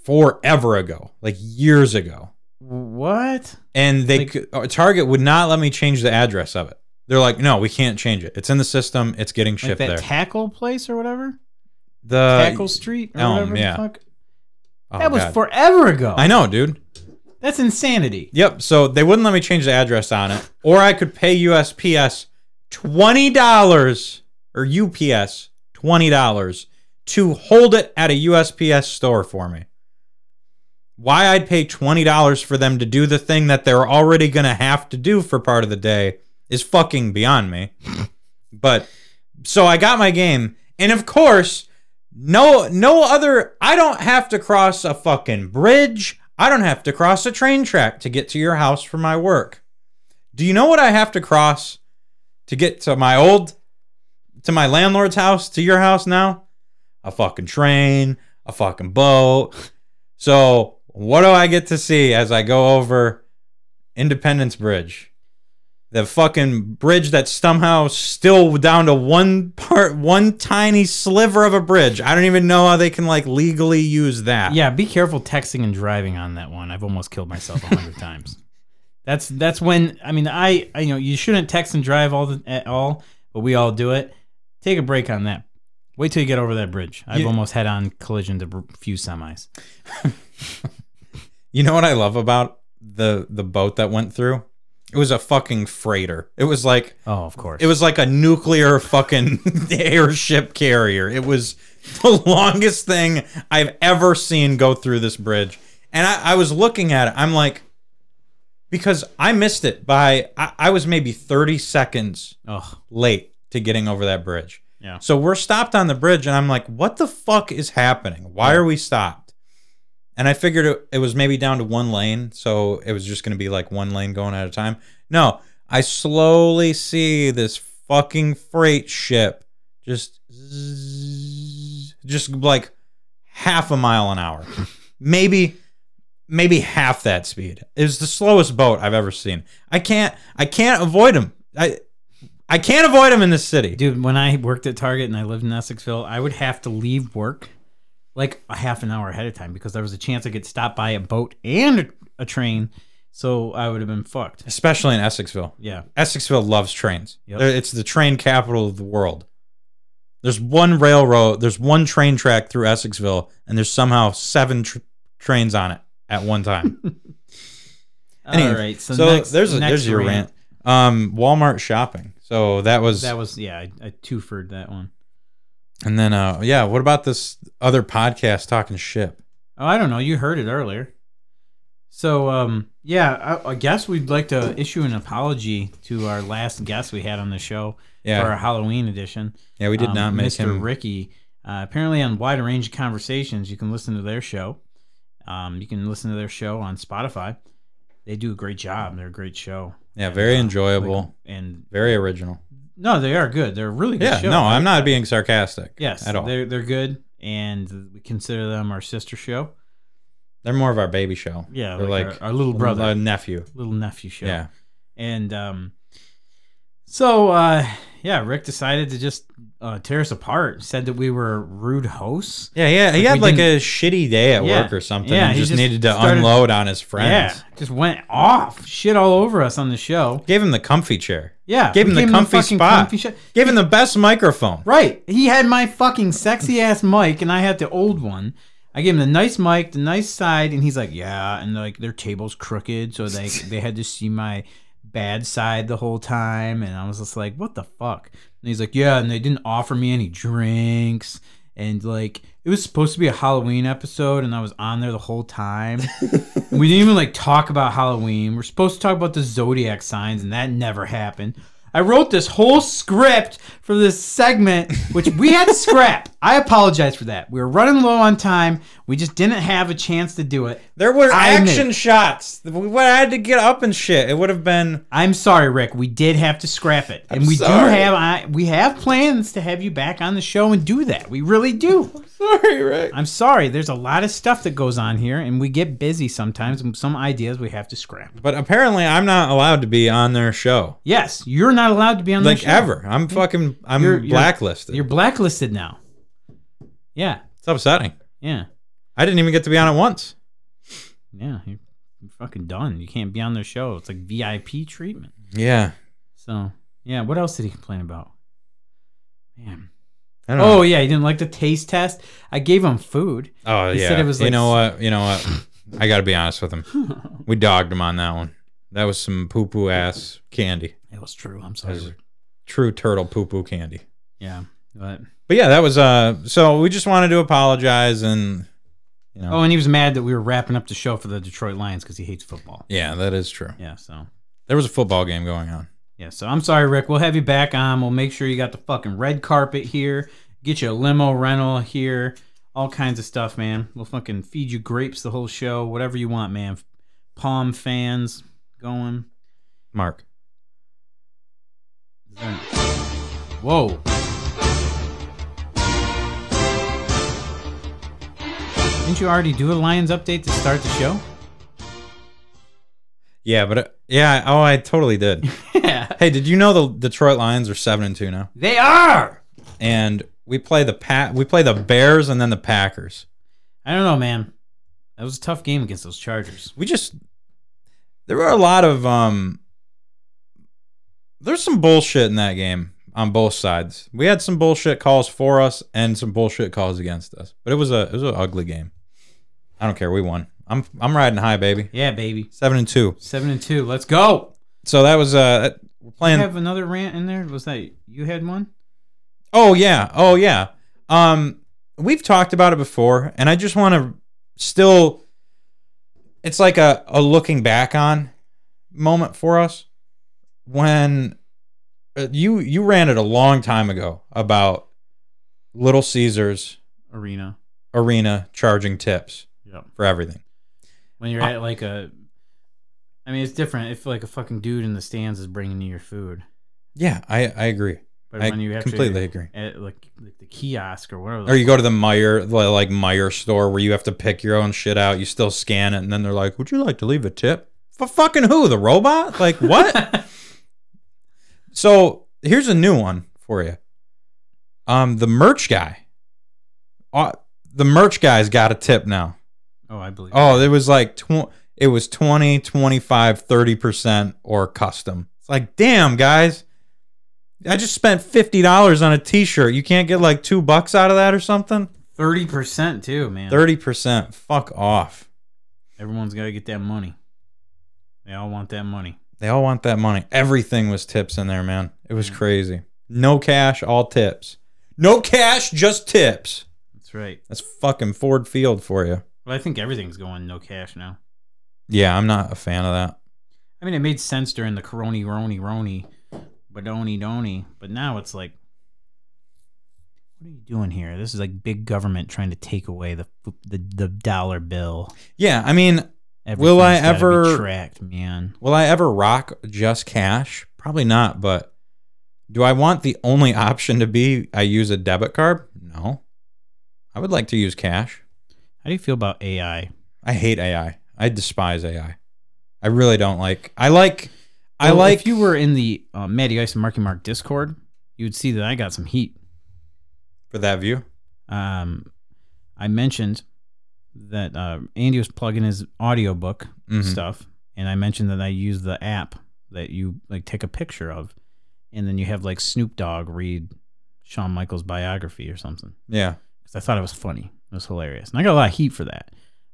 Speaker 2: forever ago, like years ago,
Speaker 1: What?
Speaker 2: and they
Speaker 1: Like-
Speaker 2: could, uh, Target would not let me change the address of it. They're like, no, we can't change it. It's in the system. It's getting
Speaker 1: Like
Speaker 2: shipped
Speaker 1: that
Speaker 2: there.
Speaker 1: tackle place or whatever?
Speaker 2: the
Speaker 1: tackle Street or
Speaker 2: Elm,
Speaker 1: whatever
Speaker 2: yeah.
Speaker 1: the fuck?
Speaker 2: Oh,
Speaker 1: that was
Speaker 2: God.
Speaker 1: forever ago.
Speaker 2: I know, dude.
Speaker 1: That's insanity.
Speaker 2: Yep. So they wouldn't let me change the address on it, or I could pay USPS twenty dollars or UPS twenty dollars to hold it at a USPS store for me. Why I'd pay twenty dollars for them to do the thing that they're already gonna have to do for part of the day is fucking beyond me. but so I got my game, and of course, no no other I don't have to cross a fucking bridge. I don't have to cross a train track to get to your house for my work. Do you know what I have to cross to get to my old to my landlord's house to your house now? A fucking train, a fucking boat. So, what do I get to see as I go over Independence Bridge? The fucking bridge that's somehow still down to one part, one tiny sliver of a bridge. I don't even know how they can like legally use that.
Speaker 1: Yeah, be careful texting and driving on that one. I've almost killed myself a hundred times. That's that's when I mean I, I you know you shouldn't text and drive all the, at all, but we all do it. Take a break on that. Wait till you get over that bridge. I've
Speaker 2: You-
Speaker 1: almost had on collision to br- few semis.
Speaker 2: You know what I love about the the boat that went through? It was a fucking freighter. It was like
Speaker 1: Oh, of course.
Speaker 2: it was like a nuclear fucking (laughs) airship carrier. It was the longest thing I've ever seen go through this bridge. And I, I was looking at it. I'm like, because I missed it by I, I was maybe 30 seconds
Speaker 1: oh,
Speaker 2: late to getting over that bridge.
Speaker 1: Yeah.
Speaker 2: So we're stopped on the bridge, and I'm like, what the fuck is happening? Why are we stopped? And I figured it, it was maybe down to one lane, so it was just going to be like one lane going at a time. No, I slowly see this fucking freight ship just zzz, just like half a mile an hour. maybe maybe half that speed. It was the slowest boat I've ever seen. I can't I can't avoid him. I I can't avoid him in this city.
Speaker 1: dude, when I worked at Target and I lived in Essexville, I would have to leave work like a half an hour ahead of time because there was a chance I could stop by a boat and a, a train, so I would have been fucked.
Speaker 2: especially in Essexville.
Speaker 1: Yeah.
Speaker 2: Essexville loves trains.
Speaker 1: Yep.
Speaker 2: They're- It's the train capital of the world. There's one railroad, there's one train track through Essexville, and there's somehow seven tr- trains on it at one time. Anyway,
Speaker 1: All right. (laughs) So,
Speaker 2: so
Speaker 1: next,
Speaker 2: there's a,
Speaker 1: next
Speaker 2: there's your rant. Um, Walmart shopping. So that was,
Speaker 1: That was yeah, I, I twofered that one.
Speaker 2: and then uh, yeah. What about this other podcast talking ship?
Speaker 1: Oh, I don't know. You heard it earlier. So um, yeah, I, I guess we'd like to issue an apology to our last guest we had on the show
Speaker 2: Yeah,
Speaker 1: for our Halloween edition.
Speaker 2: yeah. We did
Speaker 1: um,
Speaker 2: not make
Speaker 1: Mr.
Speaker 2: him.
Speaker 1: Ricky. Uh, apparently, on Wide Range of Conversations, you can listen to their show. Um, you can listen to their show on Spotify. they do a great job. They're a great show.
Speaker 2: Yeah, very
Speaker 1: uh,
Speaker 2: enjoyable,
Speaker 1: like, and
Speaker 2: very original.
Speaker 1: no, they are good. They're a really good.
Speaker 2: Yeah,
Speaker 1: show.
Speaker 2: no, I'm not being sarcastic.
Speaker 1: Yes,
Speaker 2: at all. They're,
Speaker 1: They're they're good, and we consider them our sister show.
Speaker 2: more of our baby show.
Speaker 1: Yeah,
Speaker 2: they're
Speaker 1: like
Speaker 2: like,
Speaker 1: our- our little brother.
Speaker 2: our nephew.
Speaker 1: Little nephew show.
Speaker 2: Yeah,
Speaker 1: And um, so uh, yeah, Rick decided to just uh, tear us apart. Said that we were rude hosts.
Speaker 2: yeah, yeah. He
Speaker 1: Like,
Speaker 2: had
Speaker 1: we
Speaker 2: like
Speaker 1: didn't-
Speaker 2: a shitty day at
Speaker 1: Yeah,
Speaker 2: work or something.
Speaker 1: yeah,
Speaker 2: and
Speaker 1: he
Speaker 2: just,
Speaker 1: just
Speaker 2: needed to
Speaker 1: started-
Speaker 2: unload on his friends.
Speaker 1: Yeah, just went off, shit all over us on the show.
Speaker 2: Gave him the comfy chair.
Speaker 1: Yeah,
Speaker 2: Gave
Speaker 1: we
Speaker 2: him the comfy
Speaker 1: fucking
Speaker 2: spot.
Speaker 1: comfy shit.
Speaker 2: Gave him the best microphone.
Speaker 1: Right. He had my fucking sexy ass mic and I had the old one. I gave him the nice mic, the nice side, and he's like, Yeah, and like their table's crooked, so they they had to see my bad side the whole time and I was just like, What the fuck? And he's like, Yeah, and they didn't offer me any drinks and like it was supposed to be a Halloween episode and I was on there the whole time. we didn't even like talk about Halloween. We're supposed to talk about the zodiac signs, and that never happened. I wrote this whole script for this segment, which we had to
Speaker 2: (laughs)
Speaker 1: scrap. I apologize for that. We were running low on time. We just didn't have a chance to do it.
Speaker 2: There were
Speaker 1: I admit-
Speaker 2: action shots. We would have had to get up and shit. It would have been.
Speaker 1: I'm sorry, Rick. We did have to scrap it, and we
Speaker 2: sorry.
Speaker 1: do have I, we have plans to have you back on the show and do that. We really
Speaker 2: (laughs)
Speaker 1: do.
Speaker 2: Sorry, Rick.
Speaker 1: I'm sorry. There's a lot of stuff that goes on here, and we get busy sometimes. And some ideas we have to scrap.
Speaker 2: But apparently, I'm not allowed to be on their show.
Speaker 1: Yes, you're not allowed to be on the
Speaker 2: Like
Speaker 1: show.
Speaker 2: ever. I'm fucking. I'm
Speaker 1: You're- you're-
Speaker 2: blacklisted.
Speaker 1: You're blacklisted now. Yeah,
Speaker 2: it's upsetting.
Speaker 1: yeah,
Speaker 2: I didn't even get to be on it once.
Speaker 1: yeah. You're, you're fucking done. You can't be on their show. It's like VIP treatment.
Speaker 2: Yeah.
Speaker 1: So yeah, what else did he complain about? Man.
Speaker 2: I don't
Speaker 1: Oh
Speaker 2: know.
Speaker 1: yeah, he didn't like the taste test. I gave him food.
Speaker 2: Oh
Speaker 1: He
Speaker 2: yeah.
Speaker 1: said it was
Speaker 2: you
Speaker 1: like-
Speaker 2: know what? You
Speaker 1: (laughs)
Speaker 2: know what? I got to be honest with him. We dogged him on that one. That was some poo poo ass candy.
Speaker 1: It was true. I'm
Speaker 2: That
Speaker 1: sorry.
Speaker 2: was true turtle poo poo candy.
Speaker 1: Yeah, but
Speaker 2: But yeah, that was uh. So we just wanted to apologize and you know.
Speaker 1: oh, and he was mad that we were wrapping up the show for the Detroit Lions because he hates football.
Speaker 2: Yeah, that is true.
Speaker 1: Yeah, so
Speaker 2: There was a football game going on.
Speaker 1: Yeah, so I'm sorry, Rick. We'll have you back on. We'll make sure you got the fucking red carpet here. Get you a limo rental here. All kinds of stuff, man. We'll fucking feed you grapes the whole show. Whatever you want, man. Palm fans going.
Speaker 2: Mark.
Speaker 1: Whoa. Didn't you already do a Lions update to start the show? (laughs)
Speaker 2: Yeah, but it, yeah. Oh, I totally did.
Speaker 1: Yeah.
Speaker 2: hey, did you know the Detroit Lions are seven and two now?
Speaker 1: They are!
Speaker 2: And we play the pa- we play the Bears and then the Packers.
Speaker 1: I don't know, man. That was a tough game against those Chargers.
Speaker 2: We just there were a lot of um. There's some bullshit in that game on both sides. We had some bullshit calls for us and some bullshit calls against us. But it was a it was an ugly game. I don't care. We won. I'm I'm riding high, baby.
Speaker 1: Yeah, baby.
Speaker 2: Seven and two.
Speaker 1: Seven and two. Let's go.
Speaker 2: So that was uh we're playing.
Speaker 1: you have another rant in there? Was that you had one?
Speaker 2: Oh yeah. Oh yeah. Um we've talked about it before and I just want to still it's like a, a looking back on moment for us when uh, you you ran it a long time ago about Little Caesars
Speaker 1: Arena.
Speaker 2: arena charging tips
Speaker 1: Yep.
Speaker 2: for everything.
Speaker 1: When you're at like a, I mean, it's different if like a fucking dude in the stands is bringing you your food,
Speaker 2: Yeah, I I agree.
Speaker 1: but
Speaker 2: I
Speaker 1: when you have
Speaker 2: completely
Speaker 1: to,
Speaker 2: agree.
Speaker 1: at like like the kiosk or whatever.
Speaker 2: Or you go to the Meyer, the, like Meyer store where you have to pick your own shit out. You still scan it, and then they're like, "Would you like to leave a tip?" For fucking who? The robot? Like
Speaker 1: (laughs)
Speaker 2: what? so here's a new one for you. Um, the merch guy. Uh, the merch guy's got a tip now.
Speaker 1: oh, I believe. Oh,
Speaker 2: Oh, it was like tw- it was 20, 25, 30% or custom. It's like, damn, guys. I just spent $50 on a t-shirt. You can't get like 2 bucks out of that or something?
Speaker 1: thirty percent too, man.
Speaker 2: Thirty percent. Fuck off.
Speaker 1: Everyone's got to get that money. They all want that money.
Speaker 2: They all want that money. Everything was tips in there, man. It was crazy. No cash, all tips. No cash, just tips.
Speaker 1: That's right.
Speaker 2: That's fucking Ford Field for you.
Speaker 1: But I think everything's going no cash now.
Speaker 2: Yeah, I'm not a fan of that.
Speaker 1: I mean, it made sense during the Coroni, Roni, Roni, Badoni, Doni, but now it's like, what are you doing here? This is like big government trying to take away the the, the dollar bill
Speaker 2: Yeah, I mean,
Speaker 1: Everything's
Speaker 2: I
Speaker 1: gotta be
Speaker 2: ever-
Speaker 1: tracked, man?
Speaker 2: Will I ever rock just cash? Probably not, but do I want the only option to be I use a debit card? No. I would like to use cash.
Speaker 1: How do you feel about AI?
Speaker 2: I hate AI. I despise AI. I really don't like I like I
Speaker 1: Well,
Speaker 2: like
Speaker 1: If you were in the uh, Matty Ice and Marky Mark Discord, you would see that I got some heat.
Speaker 2: for that view.
Speaker 1: Um, I mentioned that uh, Andy was plugging his audiobook
Speaker 2: Mhm.
Speaker 1: stuff, and I mentioned that I use the app that you like take a picture of, and then you have like Snoop Dogg read Shawn Michaels' biography or something.
Speaker 2: Yeah.
Speaker 1: because I thought it was funny. It was hilarious. And I got a lot of heat for that.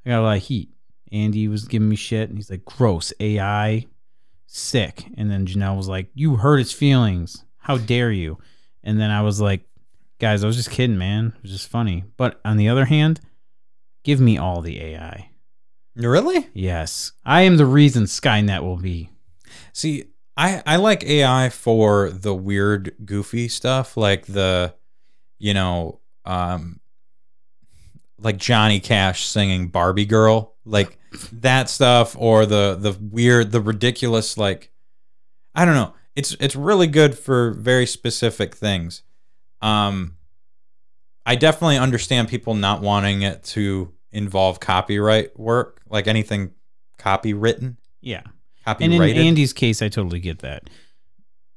Speaker 1: I got a lot of heat. Andy was giving me shit, and he's like, gross, AI, sick. And then Janelle was like, you hurt his feelings. How dare you? And then I was like, guys, I was just kidding, man. It was just funny. But on the other hand, give me all the AI.
Speaker 2: Really?
Speaker 1: Yes. I am the reason Skynet will be.
Speaker 2: See, I I like AI for the weird, goofy stuff, like the, you know, um, like Johnny Cash singing Barbie Girl, like that stuff, or the the weird, the ridiculous, like, I don't know. It's it's really good for very specific things. Um, I definitely understand people not wanting it to involve copyright work, like anything copywritten,
Speaker 1: Yeah. And in
Speaker 2: copyrighted.
Speaker 1: Andy's case, I totally get that.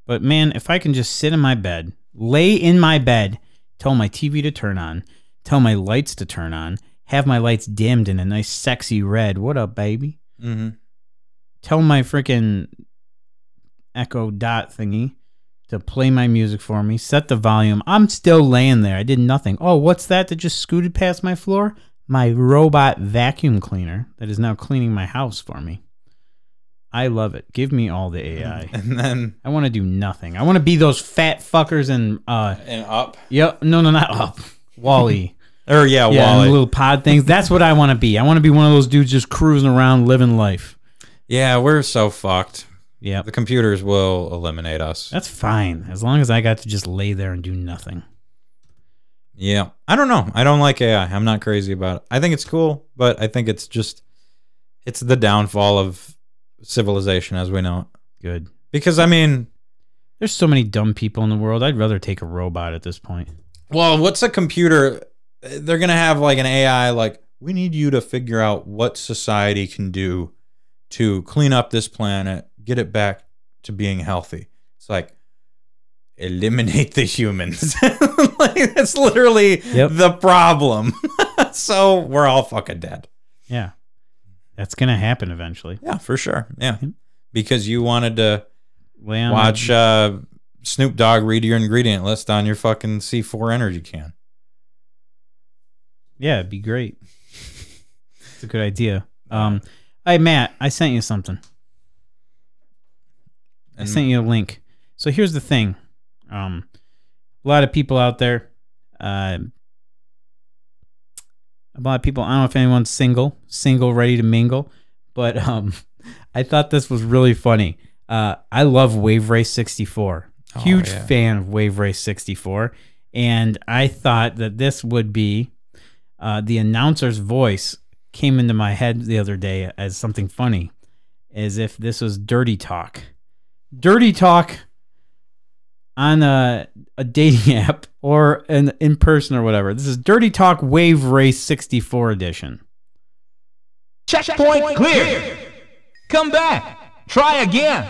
Speaker 1: But man, if I can just sit in my bed, lay in my bed, tell my TV to turn on, tell my lights to turn on, have my lights dimmed in a nice sexy red, what up, baby?
Speaker 2: mm-hmm.
Speaker 1: Tell my freaking Echo Dot thingy to play my music for me, set the volume. I'm still laying there. I did nothing. Oh, what's that that just scooted past my floor? My robot vacuum cleaner that is now cleaning my house for me. I love it. Give me all the AI.
Speaker 2: (laughs) and then
Speaker 1: I want to do nothing. I want to be those fat fuckers and uh
Speaker 2: and up
Speaker 1: yep, no no not up. Wally.
Speaker 2: or yeah,
Speaker 1: yeah, and
Speaker 2: Wally.
Speaker 1: little pod things. That's what I want to be. I want to be one of those dudes just cruising around living life.
Speaker 2: yeah, we're so fucked.
Speaker 1: Yep.
Speaker 2: The computers will eliminate us.
Speaker 1: That's fine as long as I got to just lay there and do nothing.
Speaker 2: Yeah, I don't know. I don't like AI. I'm not crazy about it. I think it's cool, but I think it's just it's the downfall of civilization as we know it.
Speaker 1: Good.
Speaker 2: Because I mean,
Speaker 1: There's so many dumb people in the world. I'd rather take a robot at this point.
Speaker 2: well, what's a computer? They're gonna have like an AI. Like we need you to figure out what society can do to clean up this planet, get it back to being healthy. It's like eliminate the humans. (laughs) like that's literally
Speaker 1: Yep.
Speaker 2: the problem. (laughs) so we're all fucking dead.
Speaker 1: Yeah. That's going to happen eventually.
Speaker 2: Yeah, for sure. Yeah, because you wanted to
Speaker 1: Lay on my-
Speaker 2: watch uh, Snoop Dogg read your ingredient list on your fucking C4 energy can.
Speaker 1: Yeah, it'd be great. It's a good idea. Um hey Matt, I sent you something. I
Speaker 2: And-
Speaker 1: sent you a link. So here's the thing. Um, a lot of people out there, uh, a lot of people, I don't know if anyone's single, single, ready to mingle, but um, (laughs) I thought this was really funny. Uh, I love Wave Race 64.
Speaker 2: Oh,
Speaker 1: Huge
Speaker 2: yeah.
Speaker 1: fan of Wave Race 64. And I thought that this would be uh, the announcer's voice came into my head the other day as something funny, as if this was dirty talk dirty talk on a, a dating (laughs) app or an in person or whatever. This is Dirty Talk Wave Race 64 edition.
Speaker 7: Checkpoint clear. Come back. Try again.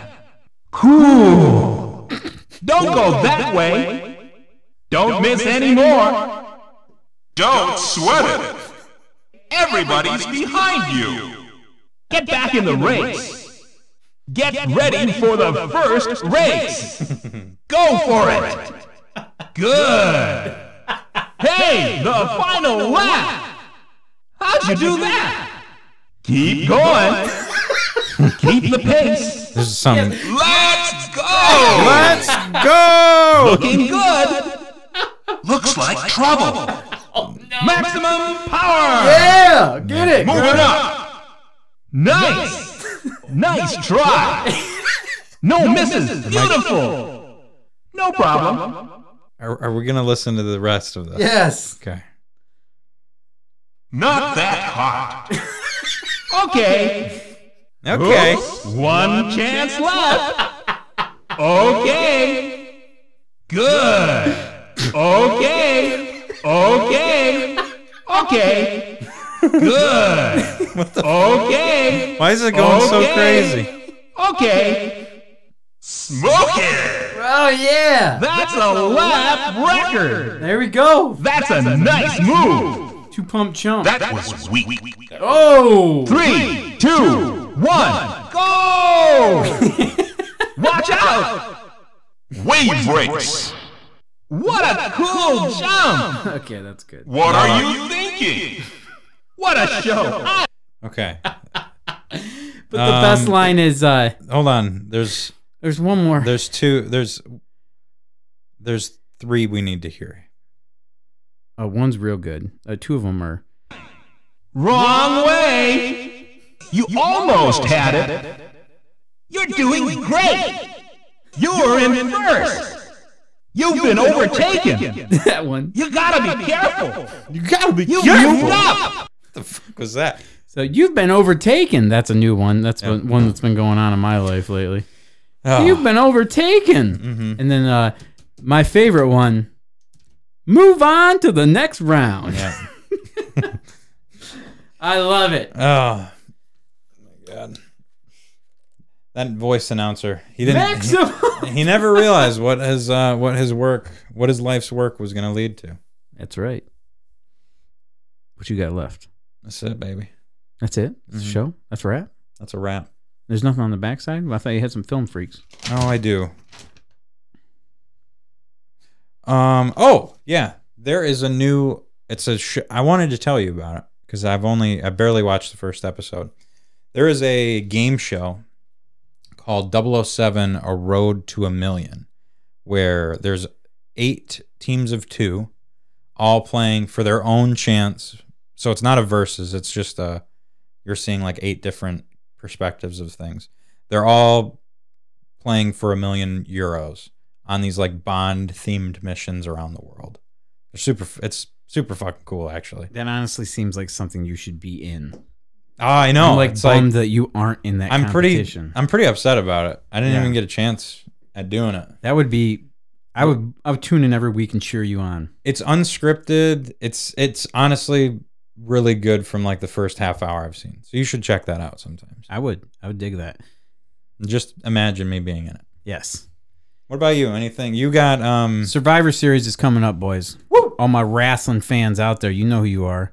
Speaker 7: Cool. Don't go that way. Don't miss any more.
Speaker 8: Don't sweat it. Everybody's behind you.
Speaker 7: Get back in the race. Get ready for the first race. Go for it. Good. Hey, the final lap. How'd you do that? Keep going. (laughs) Keep the pace.
Speaker 2: This is some.
Speaker 8: Let's go!
Speaker 7: Oh!
Speaker 2: Let's go.
Speaker 7: Looking good.
Speaker 8: Looks like trouble.
Speaker 7: Maximum power.
Speaker 1: Yeah, get it.
Speaker 8: Moving up.
Speaker 7: Nice. Nice try. No misses. Beautiful. No problem.
Speaker 2: Are, are we gonna listen to the rest of this?
Speaker 1: Yes.
Speaker 2: Okay.
Speaker 8: Not that hot.
Speaker 7: Okay.
Speaker 2: Okay.
Speaker 7: One chance left. Okay. Good. Okay. Okay. Okay. Good. (laughs) Okay.
Speaker 2: Why is it going so
Speaker 7: Okay.
Speaker 2: crazy?
Speaker 7: Okay.
Speaker 8: Smoke it!
Speaker 1: Oh yeah.
Speaker 7: That's a lap record.
Speaker 1: There we go.
Speaker 7: That's a nice move.
Speaker 1: Two pump chump.
Speaker 8: That was weak.
Speaker 1: oh.
Speaker 7: Three, two, one, go! Watch out!
Speaker 8: Wave race!
Speaker 7: What a cool jump!
Speaker 1: Okay, that's good.
Speaker 8: What are you thinking?
Speaker 7: What a show!
Speaker 2: Okay.
Speaker 1: But the best
Speaker 2: Um,
Speaker 1: line is uh
Speaker 2: Hold on. There's
Speaker 1: there's one more.
Speaker 2: there's two there's there's three we need to hear.
Speaker 1: Uh, one's real good. Uh, two of them are.
Speaker 7: Wrong way! You almost had it! You're doing great! You're in first! You've been overtaken!
Speaker 1: (laughs) that one.
Speaker 7: You gotta be careful!
Speaker 2: You gotta be
Speaker 7: You moved up!
Speaker 2: What the fuck was that?
Speaker 1: So you've been overtaken. That's a new one. That's been- one that's been going on in my life lately.
Speaker 2: Ah. Oh,
Speaker 1: You've been overtaken.
Speaker 2: Mm-hmm.
Speaker 1: And then uh, my favorite one. Move on to the next round.
Speaker 2: Yeah.
Speaker 1: (laughs)
Speaker 2: (laughs)
Speaker 1: I love it.
Speaker 2: Oh my god. That voice announcer. He didn't
Speaker 1: Maximum.
Speaker 2: (laughs) he, he never realized what his uh what his work what his life's work was gonna lead to.
Speaker 1: That's right. What you got left?
Speaker 2: That's it, baby.
Speaker 1: That's it. That's
Speaker 2: Mm-hmm.
Speaker 1: the show. That's a wrap.
Speaker 2: That's a wrap.
Speaker 1: There's nothing on the backside. Well, I thought you had some film freaks.
Speaker 2: Oh, I do. Um. Oh, yeah. There is a new. It's a. Sh- I wanted to tell you about it because I've only. I barely watched the first episode. There is a game show called 007: A Road to a Million, where there's eight teams of two, all playing for their own chance. So it's not a versus. It's just a. You're seeing like eight different perspectives of things. They're all playing for a million euros on these like Bond themed missions around the world. They're super. It's super fucking cool, actually.
Speaker 1: That honestly seems like something you should be in.
Speaker 2: Ah, I know.
Speaker 1: I'm like
Speaker 2: it's
Speaker 1: bummed
Speaker 2: like
Speaker 1: that you aren't in that
Speaker 2: I'm pretty.
Speaker 1: competition.
Speaker 2: I'm pretty upset about it. I didn't
Speaker 1: Yeah.
Speaker 2: even get a chance at doing it.
Speaker 1: That would be. I would. I would tune in every week and cheer you on.
Speaker 2: It's unscripted. It's it's honestly really good from like the first half hour I've seen. So you should check that out sometimes.
Speaker 1: I would. I would dig that.
Speaker 2: Just imagine me being in it.
Speaker 1: Yes.
Speaker 2: What about you? Anything you got? Um.
Speaker 1: Survivor Series is coming up, boys. All my wrestling fans out there, you know who you are.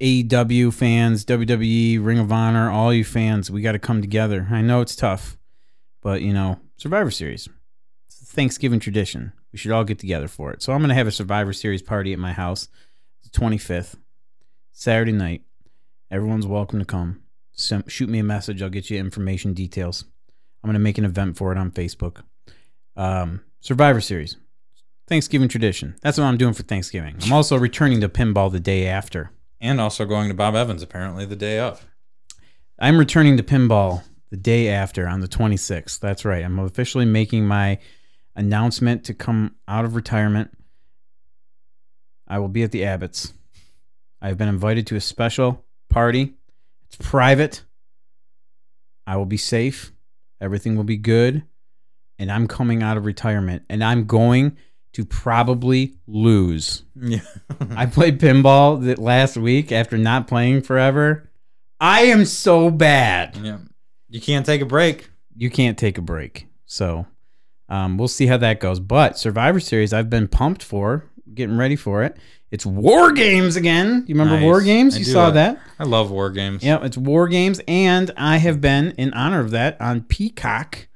Speaker 1: AEW fans, WWE, Ring of Honor, all you fans, we got to come together. I know it's tough, but you know, Survivor Series. It's a Thanksgiving tradition. We should all get together for it. So I'm going to have a Survivor Series party at my house. It's the 25th, Saturday night. Everyone's welcome to come. Sim- shoot me a message. I'll get you information details. I'm going to make an event for it on Facebook. Um, Survivor Series. Thanksgiving tradition. That's what I'm doing for Thanksgiving. I'm also returning to pinball the day after.
Speaker 2: And also going to Bob Evans apparently the
Speaker 1: (laughs)
Speaker 2: day of.
Speaker 1: I'm returning to pinball the day after on the 26th. That's right. I'm officially making my announcement to come out of retirement. I will be at the Abbott's. I've been invited to a special party. It's private. I will be safe. Everything will be good. And I'm coming out of retirement and I'm going to probably lose.
Speaker 2: Yeah.
Speaker 1: I played pinball th- last week after not playing forever. I am so bad.
Speaker 2: yeah. You can't take a break.
Speaker 1: You can't take a break. So um, we'll see how that goes. But Survivor Series, I've been pumped for, getting ready for it. It's War Games again. You remember
Speaker 2: Nice.
Speaker 1: War Games?
Speaker 2: I
Speaker 1: you
Speaker 2: do
Speaker 1: saw
Speaker 2: like-
Speaker 1: that?
Speaker 2: I love war games.
Speaker 1: Yep, it's War Games, and I have been in honor of that on Peacock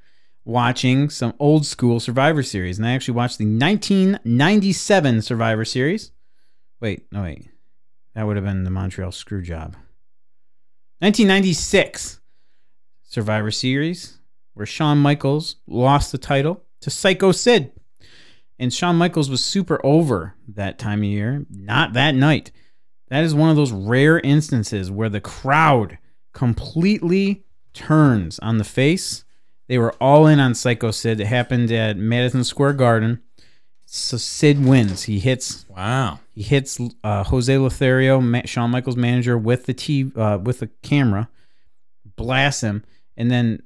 Speaker 1: watching some old school Survivor Series, and I actually watched the 1997 Survivor Series. Wait, no wait, that would have been the Montreal screw job. 1996 Survivor Series, where Shawn Michaels lost the title to Psycho Sid. And Shawn Michaels was super over that time of year, not that night. That is one of those rare instances where the crowd completely turns on the face. They were all in on Psycho Sid. It happened at Madison Square Garden. So Sid wins. He hits
Speaker 2: Wow.
Speaker 1: he hits uh, Jose Lothario, Ma- Shawn Michaels' manager, with the t- uh, with the camera, blasts him, and then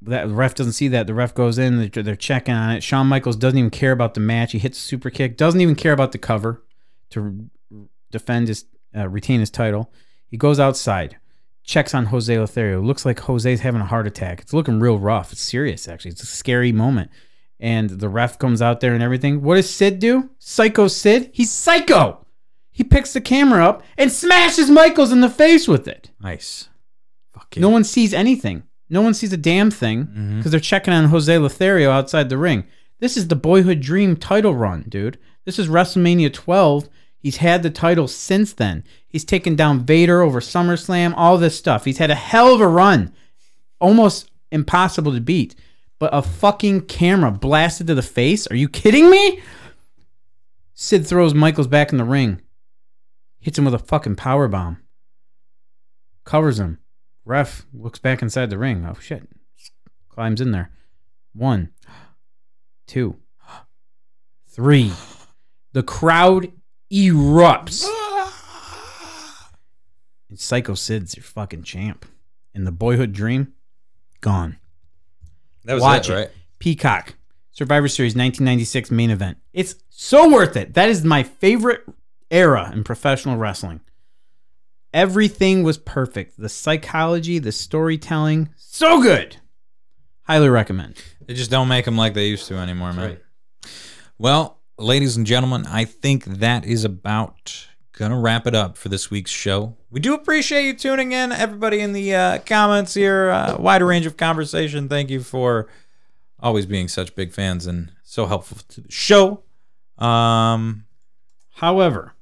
Speaker 1: that the ref doesn't see that. The ref goes in. They're, they're checking on it. Shawn Michaels doesn't even care about the match. He hits a super kick. Doesn't even care about the cover to defend his uh, retain his title. He goes outside, checks on Jose Lothario. Looks like Jose's having a heart attack. It's looking real rough. It's serious actually. It's a scary moment. And the ref comes out there and everything. What does Sid do? Psycho Sid. He's psycho. He picks the camera up and smashes Michaels in the face with it.
Speaker 2: Nice. Fuck
Speaker 1: No one sees anything. No one sees a damn thing because they're checking on Jose Lothario outside the ring. This is the boyhood dream title run, dude. This is WrestleMania 12. He's had the title since then. He's taken down Vader over SummerSlam, all this stuff. He's had a hell of a run. Almost impossible to beat. But a fucking camera blasted to the face? Are you kidding me? Sid throws Michaels back in the ring, hits him with a fucking power bomb, covers him. Ref looks back inside the ring. Oh shit. Climbs in there. One, two, three. The crowd erupts. And Psycho Sid's your fucking champ. And the boyhood dream, gone.
Speaker 2: That was
Speaker 1: Watch
Speaker 2: it,
Speaker 1: it.
Speaker 2: right?
Speaker 1: Peacock, Survivor Series 1996 main event. It's so worth it. That is my favorite era in professional wrestling. Everything was perfect. The psychology, the storytelling, so good. Highly recommend.
Speaker 2: They just don't make them like they used to anymore, man. Well, ladies and gentlemen, I think that is about gonna wrap it up for this week's show. We do appreciate you tuning in, everybody in the uh, comments here. Uh, wider range of conversation. Thank you for always being such big fans and so helpful to the show. Um,
Speaker 1: However,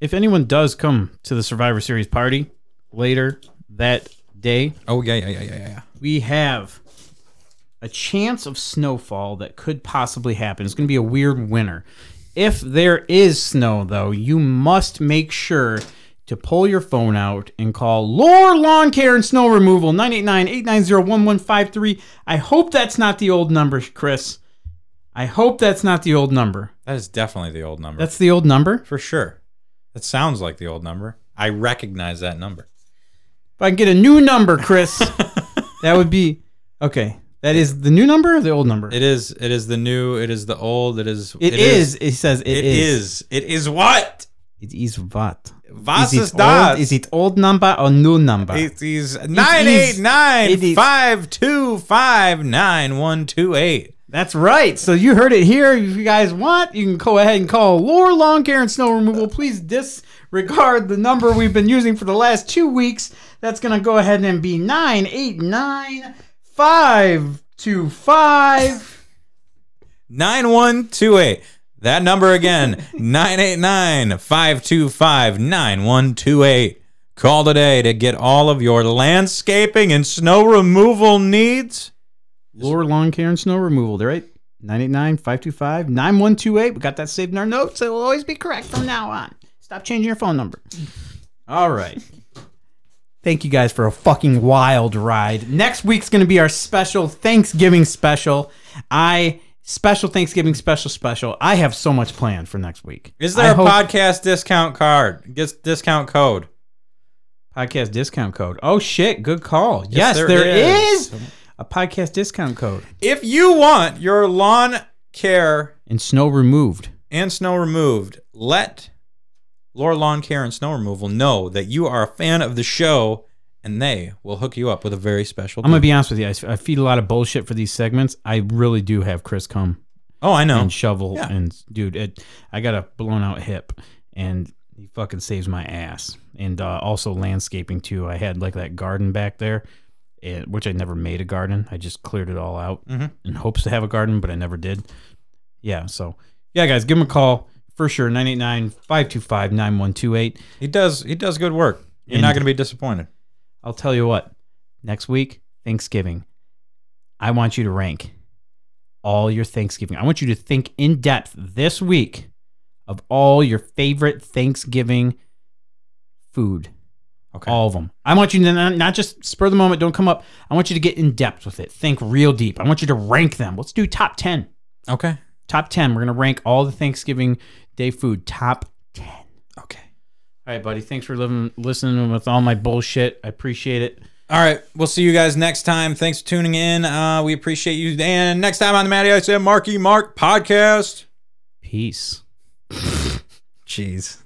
Speaker 1: if anyone does come to the Survivor Series party later that day,
Speaker 2: oh yeah, yeah, yeah, yeah, yeah.
Speaker 1: we have a chance of snowfall that could possibly happen. It's going to be a weird winter. If there is snow, though, you must make sure to pull your phone out and call Lore Lawn Care and Snow Removal 989 890 1153. I hope that's not the old number, Chris. I hope that's not the old number.
Speaker 2: That is definitely the old number.
Speaker 1: That's the old number.
Speaker 2: for sure. That sounds like the old number. I recognize that number.
Speaker 1: If I can get a new number,
Speaker 2: (laughs)
Speaker 1: Chris, that would be okay. That is the new number or the old number?
Speaker 2: It is. It is the new. It is the old. It is.
Speaker 1: it is, It says
Speaker 2: It is. It is what?
Speaker 1: It is what?
Speaker 2: Was
Speaker 1: is
Speaker 2: is
Speaker 1: it old?
Speaker 2: das?
Speaker 1: Is it old number or new number?
Speaker 2: It is
Speaker 1: It is-
Speaker 2: 989-525-9128.
Speaker 1: That's right. So you heard it here. If you guys want, you can go ahead and call Lore Lawn Care and Snow Removal. Please disregard the number we've been using for the last two weeks. That's gonna go ahead and be nine eight nine five two five.
Speaker 2: 9128. That number
Speaker 1: (laughs)
Speaker 2: again, 989-525-9128. Call today to get all of your landscaping and snow removal needs.
Speaker 1: Lore Lawn Care and Snow Removal. They're right. 989-525-9128. We got that saved in our notes. It will always be correct from now on. Stop changing your phone number. All right. (laughs) Thank you guys for a fucking wild ride. Next week's going to be our special Thanksgiving special. I special Thanksgiving special special. I have so much planned for next week.
Speaker 2: Is there
Speaker 1: a
Speaker 2: a podcast discount card? Gets discount code.
Speaker 1: podcast discount code? Oh shit, good call. Yes, there is. a podcast discount code
Speaker 2: If you want your lawn care
Speaker 1: and snow removed.
Speaker 2: and snow removed, let Laura Lawn Care and Snow Removal know that you are a fan of the show, and they will hook you up with a very special.
Speaker 1: I'm gonna
Speaker 2: deal.
Speaker 1: be honest with you. I, I feed a lot of bullshit for these segments. I really do have Chris come
Speaker 2: oh, I know.
Speaker 1: and shovel
Speaker 2: Yeah.
Speaker 1: and dude, it, I got a blown out hip and he fucking saves my ass. And uh, also landscaping too. I had like that garden back there, and, which I never made a garden. I just cleared it all out
Speaker 2: Mhm.
Speaker 1: in hopes to have a garden, but I never did. Yeah, so yeah, guys, give him a call for sure. 989-525-9128.
Speaker 2: He does. He does good work. You're not
Speaker 1: And-
Speaker 2: going to be disappointed.
Speaker 1: I'll tell you what. Next week, Thanksgiving, I want you to rank all your Thanksgiving. I want you to think in depth this week of all your favorite Thanksgiving food.
Speaker 2: Okay.
Speaker 1: All of them. I want you to not, not just spur the moment, don't come up. I want you to get in depth with it. Think real deep. I want you to rank them. Let's do top 10.
Speaker 2: Okay.
Speaker 1: Top 10. We're going to rank all the Thanksgiving Day food. Top 10. Okay. All right, buddy. Thanks for living, listening with all my bullshit. I appreciate it.
Speaker 2: All right. We'll see you guys next time. Thanks for tuning in. Uh, we appreciate you. And next time on the Matty I said Marky Mark podcast.
Speaker 9: Peace.
Speaker 2: Jeez.